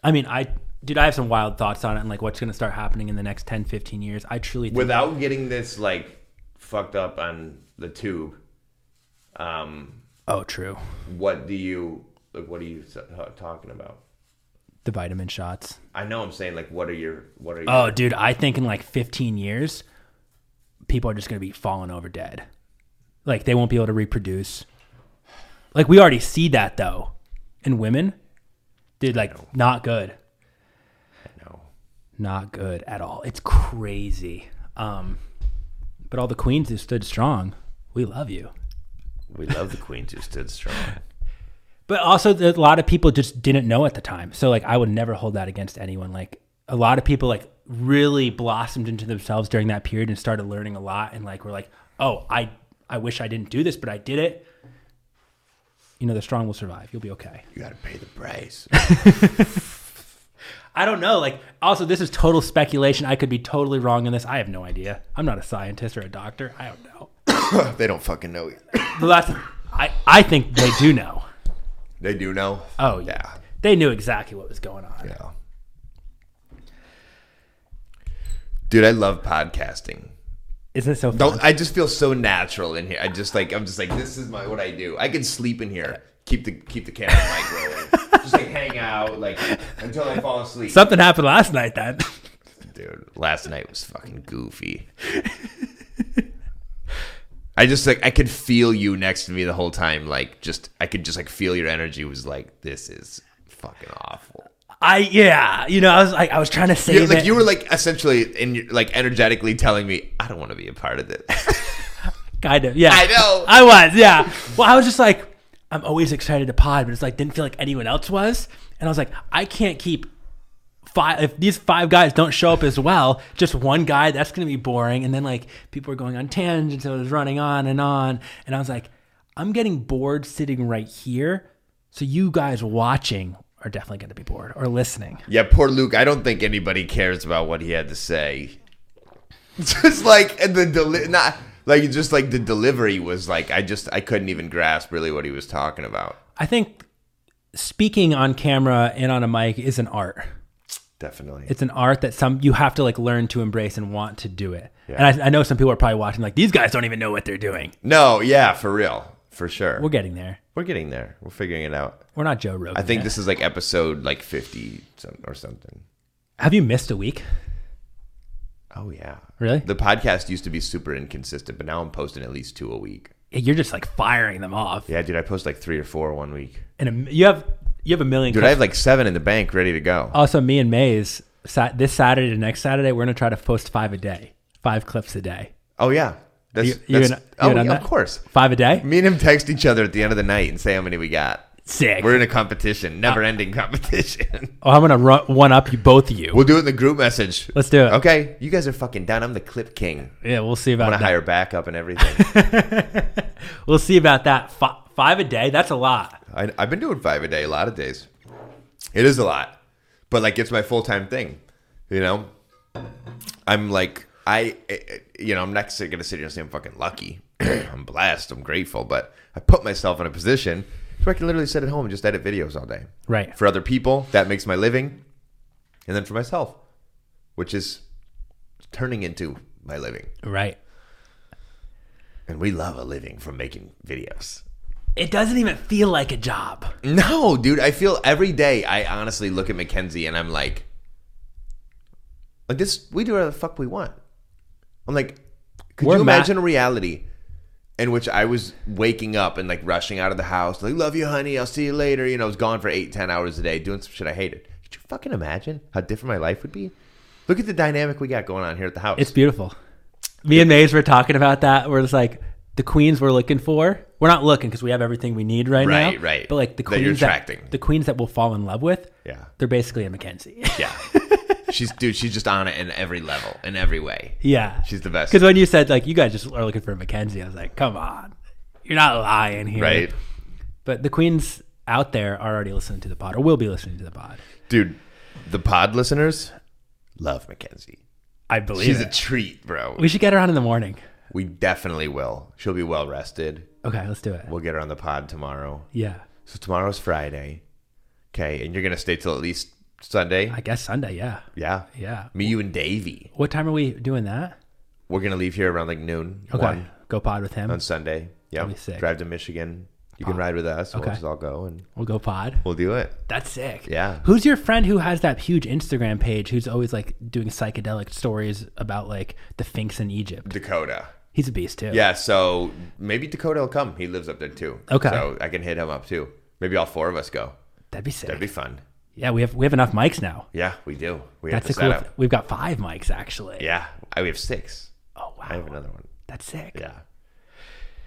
Speaker 2: I mean, I dude, I have some wild thoughts on it and like what's going to start happening in the next 10, 15 years. I truly think
Speaker 1: Without getting this like fucked up on the tube, um,
Speaker 2: Oh, true.
Speaker 1: what do you like? What are you s- uh, talking about?
Speaker 2: The vitamin shots.
Speaker 1: I know I'm saying like, what are your what are your
Speaker 2: Oh, dude, I think in like 15 years people are just going to be falling over dead. Like they won't be able to reproduce. Like we already see that though in women. Dude, like not good.
Speaker 1: no.
Speaker 2: Not good at all. It's crazy. Um but all the queens who stood strong, we love you.
Speaker 1: We love the queens who stood strong.
Speaker 2: But also, the- a lot of people just didn't know at the time. So, like, I would never hold that against anyone. Like, a lot of people, like, really blossomed into themselves during that period and started learning a lot and, like, were like, oh, I, I wish I didn't do this, but I did it. You know, the strong will survive. You'll be okay.
Speaker 1: You got to pay the price.
Speaker 2: I don't know. Like, also, this is total speculation. I could be totally wrong in this. I have no idea. I'm not a scientist or a doctor. I don't know.
Speaker 1: they don't fucking know. Either.
Speaker 2: But that's, I, I think they do know.
Speaker 1: They do know.
Speaker 2: Oh,
Speaker 1: yeah,
Speaker 2: They knew exactly what was going on.
Speaker 1: yeah. Dude, I love podcasting.
Speaker 2: Isn't it so fun?
Speaker 1: Don't I just feel so natural in here. I just like I'm just like this is my what I do. I can sleep in here. Keep the keep the camera mic rolling. just like hang out like until I fall asleep.
Speaker 2: Something happened last night then.
Speaker 1: Dude, last night was fucking goofy. I just like I could feel you next to me the whole time. Like just I could just like feel your energy was like this is fucking awful.
Speaker 2: I yeah, you know, I was like, I was trying to
Speaker 1: Yeah,
Speaker 2: save
Speaker 1: like
Speaker 2: it.
Speaker 1: you were like essentially in your- like energetically telling me I don't want to be a part of this.
Speaker 2: kind of, yeah.
Speaker 1: I know.
Speaker 2: I was, yeah. Well, I was just like, I'm always excited to pod, but it's like didn't feel like anyone else was, and I was like, I can't keep five. If these five guys don't show up as well, just one guy, that's gonna be boring. And then like people were going on tangents, and it was running on and on, and I was like, I'm getting bored sitting right here. So you guys watching are definitely gonna be bored or listening.
Speaker 1: yeah, poor Luke. I don't think anybody cares about what he had to say. Just like and the deli- not like just like the delivery was like I just I couldn't even grasp really what he was talking about.
Speaker 2: I think speaking on camera and on a mic is an art.
Speaker 1: Definitely.
Speaker 2: It's an art that some you have to like learn to embrace and want to do it. And I, I know some people are probably watching like these guys don't even know what they're doing.
Speaker 1: No, yeah, for real, for sure.
Speaker 2: We're
Speaker 1: We're,
Speaker 2: getting there.
Speaker 1: getting there. We're figuring it out.
Speaker 2: We're not Joe Rogan.
Speaker 1: I think this is like episode like fifty some- or something.
Speaker 2: Have you missed a week?
Speaker 1: Oh yeah,
Speaker 2: Really?
Speaker 1: The podcast used to be super inconsistent, but now I'm posting at least two a week.
Speaker 2: You're just like firing them off,
Speaker 1: Yeah, dude, I post like three or four one week.
Speaker 2: and a, you have you have a million.
Speaker 1: Dude, I have like seven in the bank ready to go.
Speaker 2: also, me and Maze sa- this Saturday to next Saturday, we're gonna try to post five a day, five clips a day,
Speaker 1: Oh yeah, that's,
Speaker 2: You- you
Speaker 1: that's-
Speaker 2: and- you
Speaker 1: oh,
Speaker 2: and I'm
Speaker 1: yeah, of
Speaker 2: not-
Speaker 1: course.
Speaker 2: five a day.
Speaker 1: Me and him text each other at the end of the night and say how many we got.
Speaker 2: Sick.
Speaker 1: We're in a competition, never-ending competition.
Speaker 2: oh, I'm gonna run one up you both of you.
Speaker 1: we'll do it in the group message.
Speaker 2: Let's do it.
Speaker 1: Okay, you guys are fucking done. I'm the clip king.
Speaker 2: Yeah, we'll see about
Speaker 1: I'm
Speaker 2: that.
Speaker 1: gonna hire backup and everything.
Speaker 2: We'll see about that. Fi five a day, that's a lot.
Speaker 1: I, I've been doing five a day a lot of days. It is a lot, but like it's my full time thing. You know, I'm like I, I- you know, I'm not gonna sit here and say I'm fucking lucky. I'm blessed. I'm grateful, but I put myself in a position where I can literally sit at home and just edit videos all day.
Speaker 2: Right.
Speaker 1: For other people, that makes my living, and then for myself, which is turning into my living.
Speaker 2: Right.
Speaker 1: And we love a living from making videos.
Speaker 2: It doesn't even feel like a job.
Speaker 1: No, dude, I feel every day I honestly look at Mackenzie and I'm like like this we do whatever the fuck we want. I'm like could
Speaker 2: We're
Speaker 1: you
Speaker 2: ma-
Speaker 1: imagine a reality in which I was waking up and like rushing out of the house, like love you honey, I'll see you later, you know, I was gone for 8 10 hours a day doing some shit I hated. Could you fucking imagine how different my life would be? Look at the dynamic we got going on here at the house.
Speaker 2: It's beautiful. Me and Maze were talking about that. We're just like, the queens we're looking for. We're not looking because we have everything we need right, now.
Speaker 1: Right, right.
Speaker 2: But like the
Speaker 1: That you're
Speaker 2: queens that,
Speaker 1: attracting.
Speaker 2: the queens that we'll fall in love with,
Speaker 1: yeah.
Speaker 2: they're basically a Mackenzie.
Speaker 1: Yeah. She's dude. She's just on it in every level, in every way.
Speaker 2: Yeah.
Speaker 1: She's the best.
Speaker 2: Because when you said like you guys just are looking for Mackenzie, I was like, come on, you're not lying here,
Speaker 1: Right,
Speaker 2: But the queens out there are already listening to the pod, or will be listening to the pod.
Speaker 1: dude. The pod listeners love Mackenzie.
Speaker 2: I believe
Speaker 1: She's
Speaker 2: it.
Speaker 1: a treat, bro.
Speaker 2: we should get her on in the morning.
Speaker 1: We definitely will. She'll be well rested.
Speaker 2: Okay, let's do it.
Speaker 1: We'll get her on the pod tomorrow.
Speaker 2: Yeah,
Speaker 1: So tomorrow's Friday. Okay, and you're gonna stay till at least Sunday.
Speaker 2: I guess Sunday. Yeah,
Speaker 1: Yeah.
Speaker 2: yeah.
Speaker 1: Me, you, and Davey.
Speaker 2: What time are we doing that?
Speaker 1: We're gonna leave here around like noon.
Speaker 2: Okay,
Speaker 1: One.
Speaker 2: go pod with him.
Speaker 1: on Sunday. Yeah,
Speaker 2: That'll be sick.
Speaker 1: drive to Michigan. You can ride with us. We'll
Speaker 2: Okay.
Speaker 1: just all go and
Speaker 2: We'll go pod.
Speaker 1: we'll do it.
Speaker 2: That's sick.
Speaker 1: Yeah.
Speaker 2: Who's your friend who has that huge Instagram page? Who's always like doing psychedelic stories about like the Sphinx in Egypt?
Speaker 1: Dakota.
Speaker 2: He's a beast too.
Speaker 1: Yeah, so maybe Dakota will come. He lives up there too.
Speaker 2: Okay.
Speaker 1: So I can hit him up too. Maybe all four of us go.
Speaker 2: that'd be sick.
Speaker 1: That'd be fun.
Speaker 2: yeah, we have we have enough mics now.
Speaker 1: Yeah, we do. We
Speaker 2: That's
Speaker 1: have
Speaker 2: a
Speaker 1: the
Speaker 2: cool.
Speaker 1: setup.
Speaker 2: th- We've got five mics actually.
Speaker 1: Yeah, I, we have six.
Speaker 2: Oh wow,
Speaker 1: I have another one.
Speaker 2: that's sick.
Speaker 1: Yeah.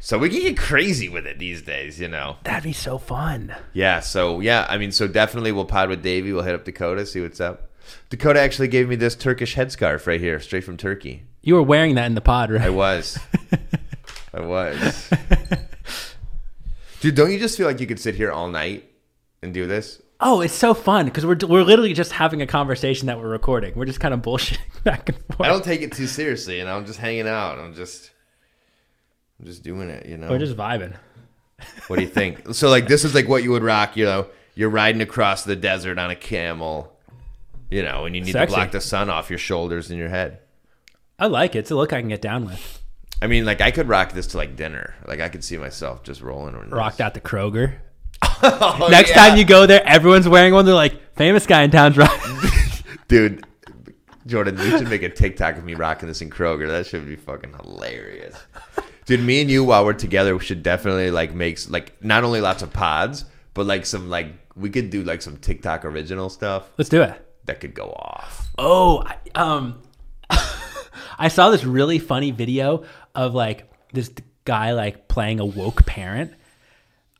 Speaker 1: So we can get crazy with it these days, you know.
Speaker 2: That'd be so fun.
Speaker 1: Yeah, so yeah, I mean, so definitely we'll pod with Davey. We'll hit up Dakota, see what's up. Dakota actually gave me this Turkish headscarf right here, straight from Turkey.
Speaker 2: You were wearing that in the pod,
Speaker 1: I
Speaker 2: right?
Speaker 1: was. I was. Dude, don't you just feel like you could sit here all night and do this?
Speaker 2: oh, it's so fun because we're we're literally just having a conversation that we're recording. We're just kind of bullshitting back and
Speaker 1: I
Speaker 2: forth.
Speaker 1: don't take it too seriously, and I'm just hanging out. I'm just, I'm just doing it. You know.
Speaker 2: We're just vibing.
Speaker 1: what do you think? so like, this is like what you would rock. You know, you're riding across the desert on a camel. You know, and you need
Speaker 2: Sexy.
Speaker 1: to block the sun off your shoulders and your head.
Speaker 2: I like it. It's a look I can get down with.
Speaker 1: I mean, like I could rock this to like dinner. Like I could see myself just rolling. on this.
Speaker 2: Rocked out the Kroger.
Speaker 1: Oh,
Speaker 2: Next
Speaker 1: yeah.
Speaker 2: time you go there, everyone's wearing one. They're like, famous guy in town's right.
Speaker 1: Dude, Jordan, you should make a TikTok of me rocking this in Kroger. That should be fucking hilarious. Dude, me and you, while we're together, we should definitely like make s- like not only lots of pods, but like some like we could do like some TikTok original stuff
Speaker 2: Let's do it.
Speaker 1: that could go off.
Speaker 2: Oh, I, um, I saw this really funny video of like this guy like playing a woke parent.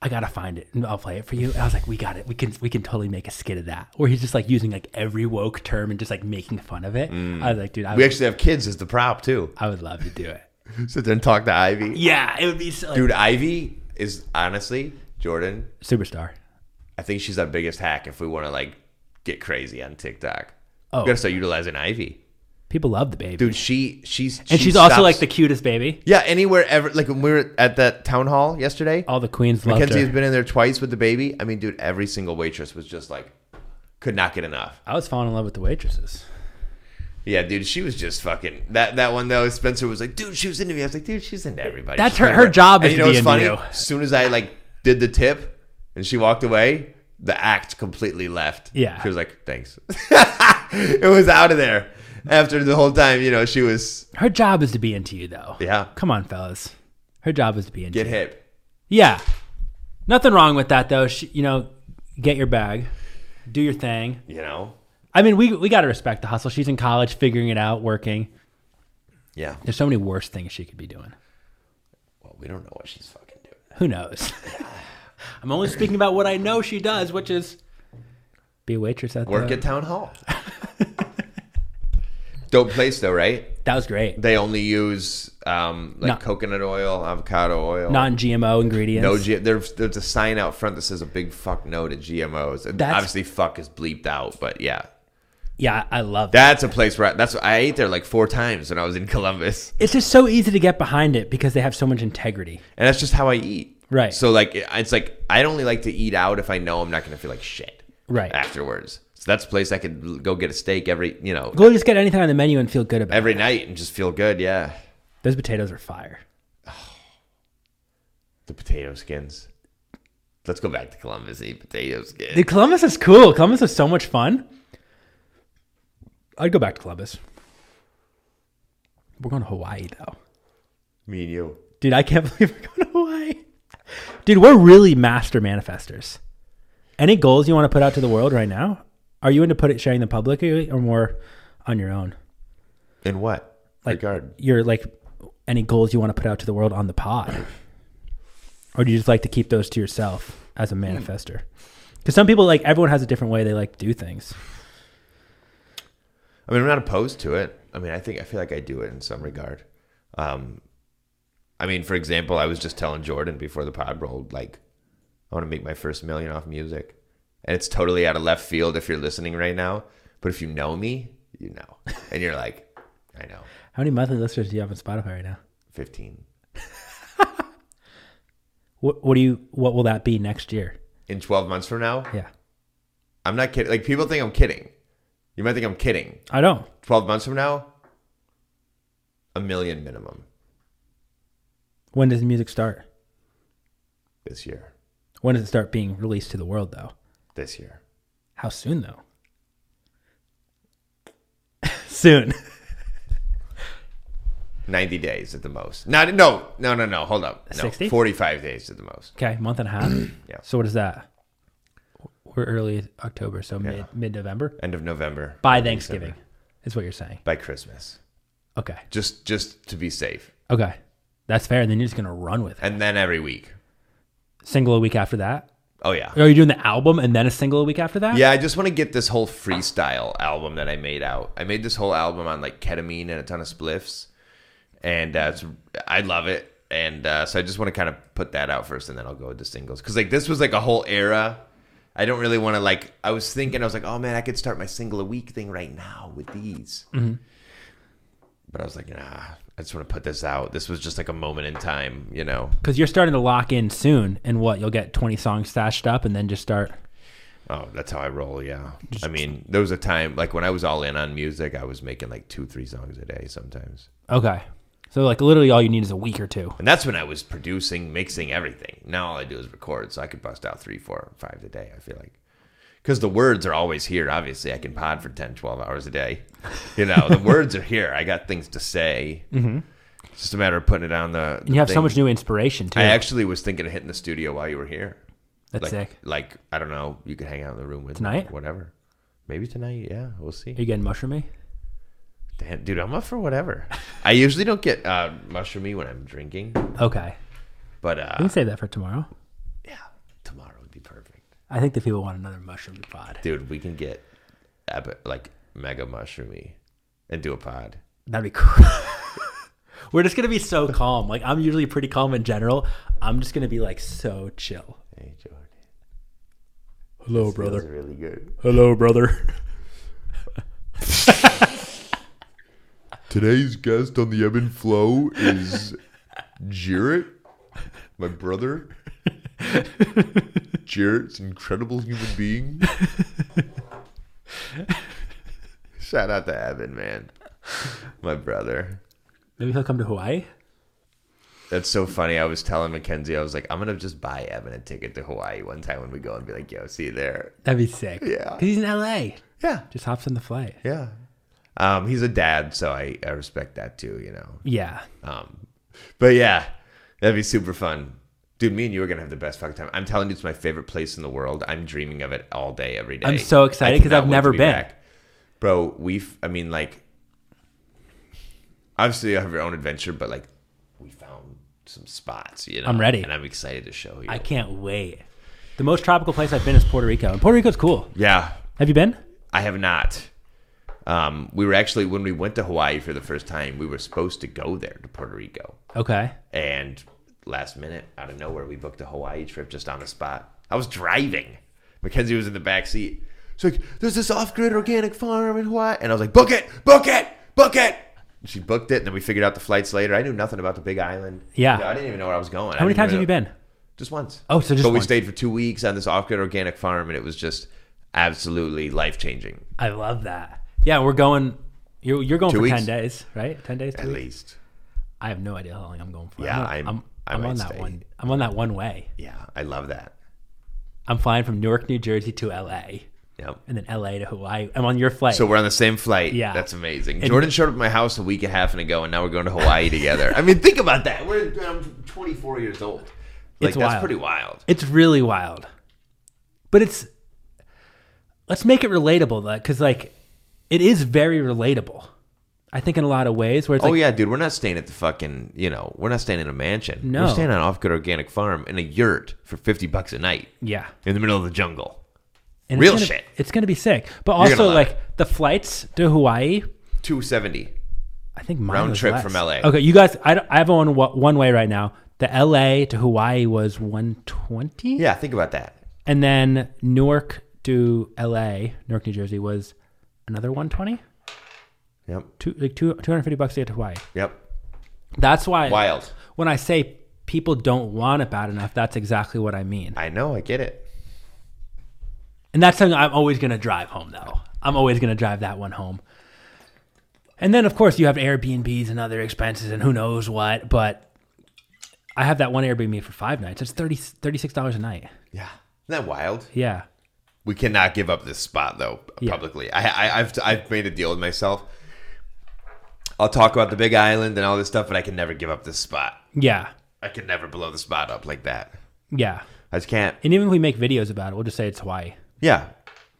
Speaker 2: I gotta find it and I'll play it for you. I was like, we got it. We can we can totally make a skit of that. Where he's just like using like every woke term and just like making fun of it. I was like, dude, I
Speaker 1: We
Speaker 2: would,
Speaker 1: actually have kids as the prop too.
Speaker 2: I would love to do it.
Speaker 1: Sit there and talk to Ivy.
Speaker 2: Yeah, it would be so, like,
Speaker 1: Dude, Ivy is honestly Jordan.
Speaker 2: superstar.
Speaker 1: I think she's our biggest hack if we want to like get crazy on TikTok.
Speaker 2: Oh.
Speaker 1: We gotta start utilizing Ivy.
Speaker 2: People love the baby,
Speaker 1: Dude, she she's
Speaker 2: and she's also like the cutest baby.
Speaker 1: Yeah, anywhere ever. Like when we were at that town hall yesterday,
Speaker 2: All the queens love
Speaker 1: Mackenzie
Speaker 2: her.
Speaker 1: has been in there twice with the baby. I mean, dude, every single waitress was just like, could not get enough.
Speaker 2: I was falling in love with the waitresses.
Speaker 1: Yeah, dude, she was just fucking that. That one though, Spencer was like, dude, she was into me. I was like, dude, she's into everybody.
Speaker 2: That's
Speaker 1: She's
Speaker 2: her-
Speaker 1: into
Speaker 2: her job
Speaker 1: And
Speaker 2: is
Speaker 1: you know
Speaker 2: to
Speaker 1: what's
Speaker 2: be
Speaker 1: funny?
Speaker 2: into you.
Speaker 1: As soon as I like did the tip, and she walked away, the act completely left.
Speaker 2: Yeah.
Speaker 1: she was like, thanks. it was out of there. After the whole time, you know, she was
Speaker 2: Her job is to be into you, though.
Speaker 1: yeah,
Speaker 2: Come on, fellas. Her job is to be into
Speaker 1: get
Speaker 2: you.
Speaker 1: hip.
Speaker 2: Yeah. Nothing wrong with that though. She, you know, get your bag, do your thing.
Speaker 1: You know,
Speaker 2: I mean, we we got to respect the hustle. She's in college figuring it out, working.
Speaker 1: yeah.
Speaker 2: There's so many worse things she could be doing.
Speaker 1: Well, we don't know what she's fucking doing.
Speaker 2: Who knows? I'm only speaking about what I know she does, which is be a waitress at
Speaker 1: Work
Speaker 2: the
Speaker 1: at town hall. Dope place though, right?
Speaker 2: That was great.
Speaker 1: They only use um, like
Speaker 2: No.
Speaker 1: coconut oil, avocado oil.
Speaker 2: Non-GMO ingredients.
Speaker 1: no G- there's there's a sign out front that says a big fuck no to GMOs. And
Speaker 2: That's-
Speaker 1: obviously fuck is bleeped out, but yeah.
Speaker 2: yeah, I love that.
Speaker 1: That's a place where I, that's I ate there like four times when I was in Columbus.
Speaker 2: It's just so easy to get behind it because they have so much integrity.
Speaker 1: And that's just how I eat.
Speaker 2: Right.
Speaker 1: So like it- it's like I'd only like to eat out if I know I'm not going to feel like shit
Speaker 2: Right.
Speaker 1: afterwards. So that's a place I could l- go get a steak every, you know,
Speaker 2: Go just get anything on the menu and feel good about it.
Speaker 1: every night and just feel good, yeah.
Speaker 2: Those potatoes are fire.
Speaker 1: The potato skins. Let's go back to Columbus and eat potato skins.
Speaker 2: Dude, Columbus is cool. Columbus is so much fun. I'd go back to Columbus. We're going to Hawaii though.
Speaker 1: Me and you.
Speaker 2: Dude, I can't believe we're going to Hawaii. Dude, we're really master manifestors. Any goals you want to put out to the world right now? Are you into put it sharing them publicly or more on your own?
Speaker 1: In what? Regard.
Speaker 2: You're like any goals you want to put out to the world on the pod? Or do you just like to keep those to yourself as a manifester? Because some people like everyone has a different way they like to do things.
Speaker 1: I mean, I'm not opposed to it. I mean, I think I feel like I do it in some regard. Um, I mean, for example, I was just telling Jordan before the pod rolled, like, I want to make my first million off music, and it's totally out of left field if you're listening right now. But if you know me, you know, and you're like, I know,
Speaker 2: How many monthly listeners do you have on Spotify right now?
Speaker 1: fifteen
Speaker 2: What what do you what will that be next year?
Speaker 1: in twelve months from now.
Speaker 2: Yeah.
Speaker 1: I'm not kidding. Like people think I'm kidding. You might think I'm kidding.
Speaker 2: I don't.
Speaker 1: 12 months from now, a million minimum
Speaker 2: When does the music start?
Speaker 1: this year.
Speaker 2: When does it start being released to the world though?
Speaker 1: This year.
Speaker 2: How soon though? soon.
Speaker 1: 90 days at the most. Not, no, no, no, no. Hold up. No,
Speaker 2: 60?
Speaker 1: 45 days at the most.
Speaker 2: Okay, month and a half.
Speaker 1: Yeah.
Speaker 2: So what is that? We're early October, so mid mid November.
Speaker 1: End of November.
Speaker 2: By
Speaker 1: early
Speaker 2: Thanksgiving
Speaker 1: December.
Speaker 2: is what you're saying.
Speaker 1: By Christmas.
Speaker 2: Okay.
Speaker 1: Just just to be safe.
Speaker 2: Okay. That's fair. And then you're just gonna run with it.
Speaker 1: And then every week.
Speaker 2: Single a week after that.
Speaker 1: Oh, yeah.
Speaker 2: Are you doing the album and then a single a week after that?
Speaker 1: Yeah, I just want to get this whole freestyle album that I made out. I made this whole album on like ketamine and a ton of spliffs, and uh, it's, I love it. And uh, so I just want to kind of put that out first, and then I'll go with the singles because like this was like a whole era. I don't really want to like. I was thinking, I was like, oh man, I could start my single a week thing right now with these. But I was like, nah, I just want to put this out. This was just like a moment in time, you know.
Speaker 2: Because you're starting to lock in soon, and what you'll get 20 songs stashed up, and then just start.
Speaker 1: Oh, that's how I roll. Yeah. I mean, there was a time like when I was all in on music, I was making like two, three songs a day sometimes,
Speaker 2: Okay, so like literally all you need is a week or two.
Speaker 1: and that's when I was producing, mixing everything. Now all I do is record, so I could bust out three, four, five a day. I feel like because the words are always here. Obviously, I can pod for 10, 12 hours a day. You know, the words are here. I got things to say. Mm-hmm. It's just a matter of putting it on the.
Speaker 2: And you have so much new inspiration too.
Speaker 1: I actually was thinking of hitting the studio while you were here.
Speaker 2: That's
Speaker 1: like,
Speaker 2: sick.
Speaker 1: Like I don't know, you could hang out in the room with
Speaker 2: Tonight?
Speaker 1: me, whatever. Maybe tonight, yeah, we'll see.
Speaker 2: Are you getting mushroomy?
Speaker 1: Damn, dude, I'm up for whatever. I usually don't get uh, mushroomy when I'm drinking,
Speaker 2: Okay,
Speaker 1: but
Speaker 2: we
Speaker 1: uh,
Speaker 2: can save that for tomorrow.
Speaker 1: yeah, tomorrow would be perfect,
Speaker 2: I think the people want another mushroom pod.
Speaker 1: dude. We can get epi- like mega mushroomy and do a pod.
Speaker 2: That'd be cool. We're just gonna be so calm. Like I'm usually pretty calm in general. I'm just gonna be like so chill.
Speaker 1: Hey, Jordan,
Speaker 2: Hello,
Speaker 1: feels really good.
Speaker 2: Hello, brother.
Speaker 1: Today's guest on the ebb and flow is Jarrett, my brother. Jarrett's an incredible human being. Shout out to Evan, man. My brother.
Speaker 2: Maybe he'll come to Hawaii.
Speaker 1: That's so funny. I was telling Mackenzie, I was like, I'm gonna just buy Evan a ticket to Hawaii one time when we go and be like, yo, see you there.
Speaker 2: That'd be sick.
Speaker 1: Yeah.
Speaker 2: 'Cause he's in LA.
Speaker 1: Yeah.
Speaker 2: Just hops on the flight.
Speaker 1: Yeah. Um, he's a dad, so I, I respect that too, you know.
Speaker 2: Yeah.
Speaker 1: Um, but yeah, that'd be super fun. Dude, me and you are gonna have the best fucking time. I'm telling you, it's my favorite place in the world. I'm dreaming of it all day, every day.
Speaker 2: I'm so excited
Speaker 1: I
Speaker 2: 'cause I've
Speaker 1: cannot wait
Speaker 2: never
Speaker 1: to be
Speaker 2: been.
Speaker 1: Bro, we've. I mean, like, obviously you have your own adventure, but like, we found some spots. You know,
Speaker 2: I'm ready.
Speaker 1: and I'm excited to show you.
Speaker 2: I can't wait. The most tropical place I've been is Puerto Rico, and Puerto Rico's cool.
Speaker 1: yeah,
Speaker 2: Have you been?
Speaker 1: I have not. Um, we were actually when we went to Hawaii for the first time, we were supposed to go there to Puerto Rico.
Speaker 2: Okay.
Speaker 1: And last minute, out of nowhere, we booked a Hawaii trip just on the spot. I was driving. Mackenzie was in the back seat. She's like, there's this off grid organic farm in Hawaii. And I was like, book it, book it, book it. She booked it, and then we figured out the flights later. I knew nothing about the Big Island.
Speaker 2: Yeah.
Speaker 1: You know, I didn't even know where I was going.
Speaker 2: How many times have you been?
Speaker 1: Just once.
Speaker 2: Oh, so just
Speaker 1: But we
Speaker 2: once.
Speaker 1: stayed for two weeks on this off grid organic farm, and it was just absolutely life changing,
Speaker 2: I love that. Yeah, we're going. You're, you're going
Speaker 1: Two
Speaker 2: for
Speaker 1: weeks.
Speaker 2: ten days, right? Ten days. two
Speaker 1: at
Speaker 2: weeks?
Speaker 1: least.
Speaker 2: I have no idea how long I'm going for.
Speaker 1: Yeah,
Speaker 2: not-
Speaker 1: I'm-
Speaker 2: I'm,
Speaker 1: I
Speaker 2: I'm
Speaker 1: might
Speaker 2: on that
Speaker 1: stay.
Speaker 2: one. I'm on that one way.
Speaker 1: Yeah, I love that.
Speaker 2: I'm flying from Newark, New Jersey to L.A.
Speaker 1: Yep.
Speaker 2: and then L.A. to Hawaii. I'm on your flight.
Speaker 1: So we're on the same flight.
Speaker 2: Yeah.
Speaker 1: that's amazing. Jordan showed up at my house a week and a half ago, and now we're going to Hawaii together. I mean, think about that. We're I'm 24 years old. Like that's
Speaker 2: It's wild.
Speaker 1: pretty wild.
Speaker 2: It's really wild, but it's let's make it relatable, though, because like it is very relatable. I think in a lot of ways where it's
Speaker 1: oh
Speaker 2: like,
Speaker 1: yeah, dude, we're not staying at the fucking you know we're not staying in a mansion.
Speaker 2: No.
Speaker 1: we're staying on an off-grid organic farm in a yurt for 50 bucks a night
Speaker 2: yeah,
Speaker 1: in the middle of the jungle.
Speaker 2: And
Speaker 1: Real
Speaker 2: it's gonna,
Speaker 1: shit.
Speaker 2: It's gonna be sick. But
Speaker 1: gonna
Speaker 2: also
Speaker 1: love
Speaker 2: like
Speaker 1: it.
Speaker 2: the flights to Hawaii.
Speaker 1: Two seventy.
Speaker 2: I think mine
Speaker 1: Round
Speaker 2: was
Speaker 1: trip
Speaker 2: less.
Speaker 1: from LA.
Speaker 2: Okay, you guys. I, don't- I have one one way right now. The LA to Hawaii was one twenty.
Speaker 1: Yeah, think about that.
Speaker 2: And then Newark to LA, Newark, New Jersey was another 120,
Speaker 1: Yep.
Speaker 2: two, like two, 250 bucks to get to Hawaii.
Speaker 1: Yep.
Speaker 2: That's why
Speaker 1: Wild.
Speaker 2: when I say people don't want it bad enough, that's exactly what I mean.
Speaker 1: I know. I get it.
Speaker 2: And that's something I'm always going to drive home though. I'm always going to drive that one home. And then of course you have Airbnbs and other expenses and who knows what, but I have that one Airbnb for five nights. It's 30, $36 a night.
Speaker 1: Yeah. Isn't that wild?
Speaker 2: Yeah.
Speaker 1: We cannot give up this spot though
Speaker 2: Yeah.
Speaker 1: publicly. I, I, I've I've made a deal with myself. I'll talk about the Big Island and all this stuff, but I can never give up this spot.
Speaker 2: Yeah.
Speaker 1: I can never blow the spot up like that.
Speaker 2: Yeah.
Speaker 1: I just can't.
Speaker 2: And even if we make videos about it, we'll just say it's Hawaii.
Speaker 1: Yeah,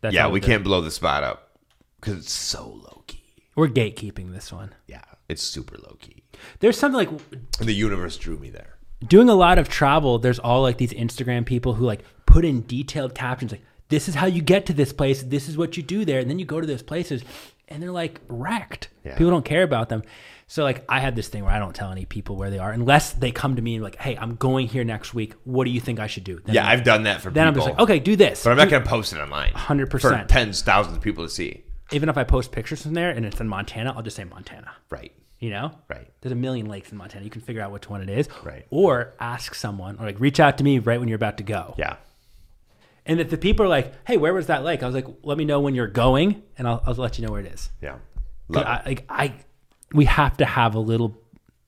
Speaker 2: That's
Speaker 1: yeah,
Speaker 2: how
Speaker 1: we
Speaker 2: do it.
Speaker 1: can't blow the spot up because it's so low key.
Speaker 2: We're gatekeeping this one.
Speaker 1: Yeah, it's super low key.
Speaker 2: There's something like
Speaker 1: And the universe drew me there.
Speaker 2: doing a lot of travel. There's all like these Instagram people who like put in detailed captions like, this is how you get to this place. This is what you do there. And then you go to those places and they're like wrecked.
Speaker 1: Yeah.
Speaker 2: People don't care about them. So like I have this thing where I don't tell any people where they are unless they come to me and like, hey, I'm going here next week. What do you think I should do? Then
Speaker 1: Yeah,
Speaker 2: I'm-
Speaker 1: I've done that for
Speaker 2: then I'm
Speaker 1: people.
Speaker 2: just like, oh, okay, do this.
Speaker 1: but I'm not gonna post it online.
Speaker 2: 100%.
Speaker 1: for tens, thousands of people to see.
Speaker 2: Even if I post pictures from there and it's in Montana, I'll just say Montana.
Speaker 1: Right.
Speaker 2: You know?
Speaker 1: Right.
Speaker 2: There's a million lakes in Montana. You can figure out which one it is.
Speaker 1: Right.
Speaker 2: Or ask someone or like reach out to me right when you're about to go.
Speaker 1: Yeah.
Speaker 2: And if the people are like, hey, where was that lake? I was like, let me know when you're going and I'll, I'll let you know where it is.
Speaker 1: Yeah. Love
Speaker 2: 'Cause
Speaker 1: it.
Speaker 2: I, like, I, we have to have a little,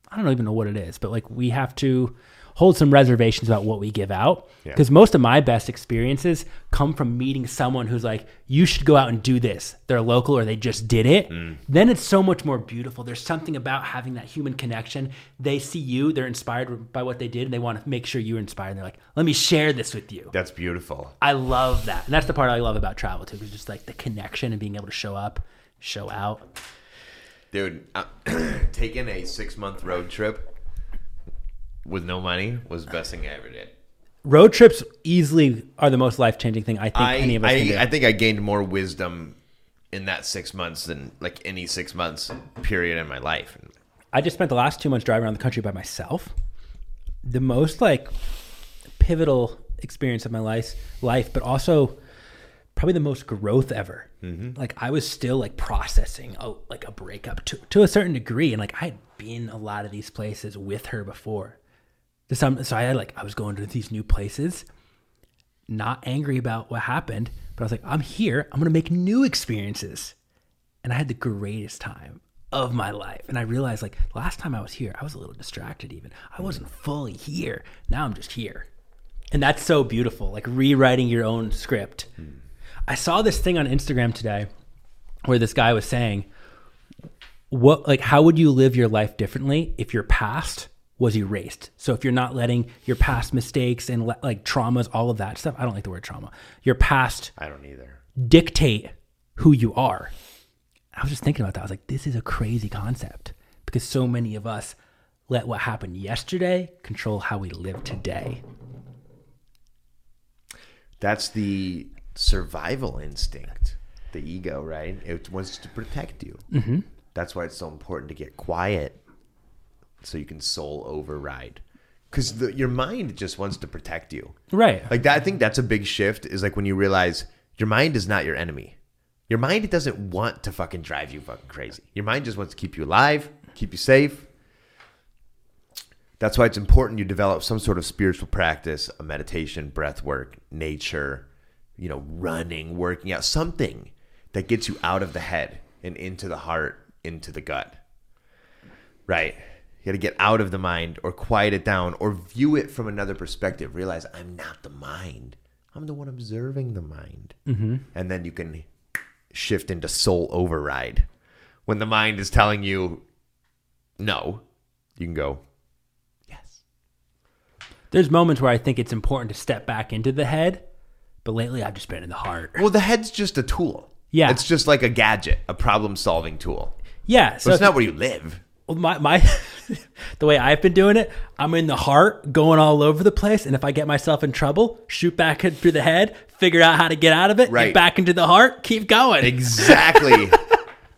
Speaker 2: I don't even know what it is, but like we have to hold some reservations about what we give out.
Speaker 1: Yeah.
Speaker 2: Because most of my best experiences come from meeting someone who's like, you should go out and do this. They're local or they just did it.
Speaker 1: Mm.
Speaker 2: Then it's so much more beautiful. There's something about having that human connection. They see you, they're inspired by what they did, and they want to make sure you're inspired. And they're like, let me share this with you.
Speaker 1: That's beautiful.
Speaker 2: I love that. And that's the part I love about travel too, is just like the connection and being able to show up, show out.
Speaker 1: Dude, uh, taking a six month road trip with no money was the best thing I ever did.
Speaker 2: Road trips easily are the most life changing thing I think
Speaker 1: I,
Speaker 2: any of us can do.
Speaker 1: I, I think I gained more wisdom in that six months than like any six months period in my life.
Speaker 2: I just spent the last two months driving around the country by myself. The most like pivotal experience of my life, life, but also probably the most growth ever. Like I was still like processing, oh, like a breakup to to a certain degree, and like I had been a lot of these places with her before. To some, so I had like I was going to these new places, not angry about what happened, but I was like, I'm here. I'm gonna make new experiences and I had the greatest time of my life. And I realized like last time I was here, I was a little distracted even. I wasn't fully here. Now I'm just here. And that's so beautiful, like rewriting your own script. I saw this thing on Instagram today where this guy was saying, what like how would you live your life differently if your past was erased so if you're not letting your past mistakes and le- like traumas all of that stuff i don't like the word trauma your past
Speaker 1: I don't either.
Speaker 2: dictate who you are. I was just thinking about that. I was like, this is a crazy concept because so many of us let what happened yesterday control how we live today.
Speaker 1: That's the survival instinct, the ego, right? It wants to protect you. Mm-hmm. That's why it's so important to get quiet so you can soul override. Because your mind just wants to protect you.
Speaker 2: Right.
Speaker 1: Like that, I think that's a big shift is like when you realize your mind is not your enemy. Your mind doesn't want to fucking drive you fucking crazy. Your mind just wants to keep you alive, keep you safe. That's why it's important you develop some sort of spiritual practice, a meditation, breath work, nature, you know, running, working out, something that gets you out of the head and into the heart, into the gut. Right. You got to get out of the mind or quiet it down or view it from another perspective. Realize I'm not the mind. I'm the one observing the mind. Mm-hmm. And then you can shift into soul override. When the mind is telling you no, you can go, yes.
Speaker 2: There's moments where I think it's important to step back into the head, but lately I've just been in the heart.
Speaker 1: Well, the head's just a tool.
Speaker 2: Yeah.
Speaker 1: It's just like a gadget, a problem solving tool.
Speaker 2: Yeah.
Speaker 1: But
Speaker 2: So
Speaker 1: it's
Speaker 2: if-
Speaker 1: not where you live.
Speaker 2: well, my my the way I've been doing it, I'm in the heart, going all over the place, and if I get myself in trouble, shoot back in through the head, figure out how to get out of it, get
Speaker 1: Right.
Speaker 2: back into the heart, keep going.
Speaker 1: Exactly.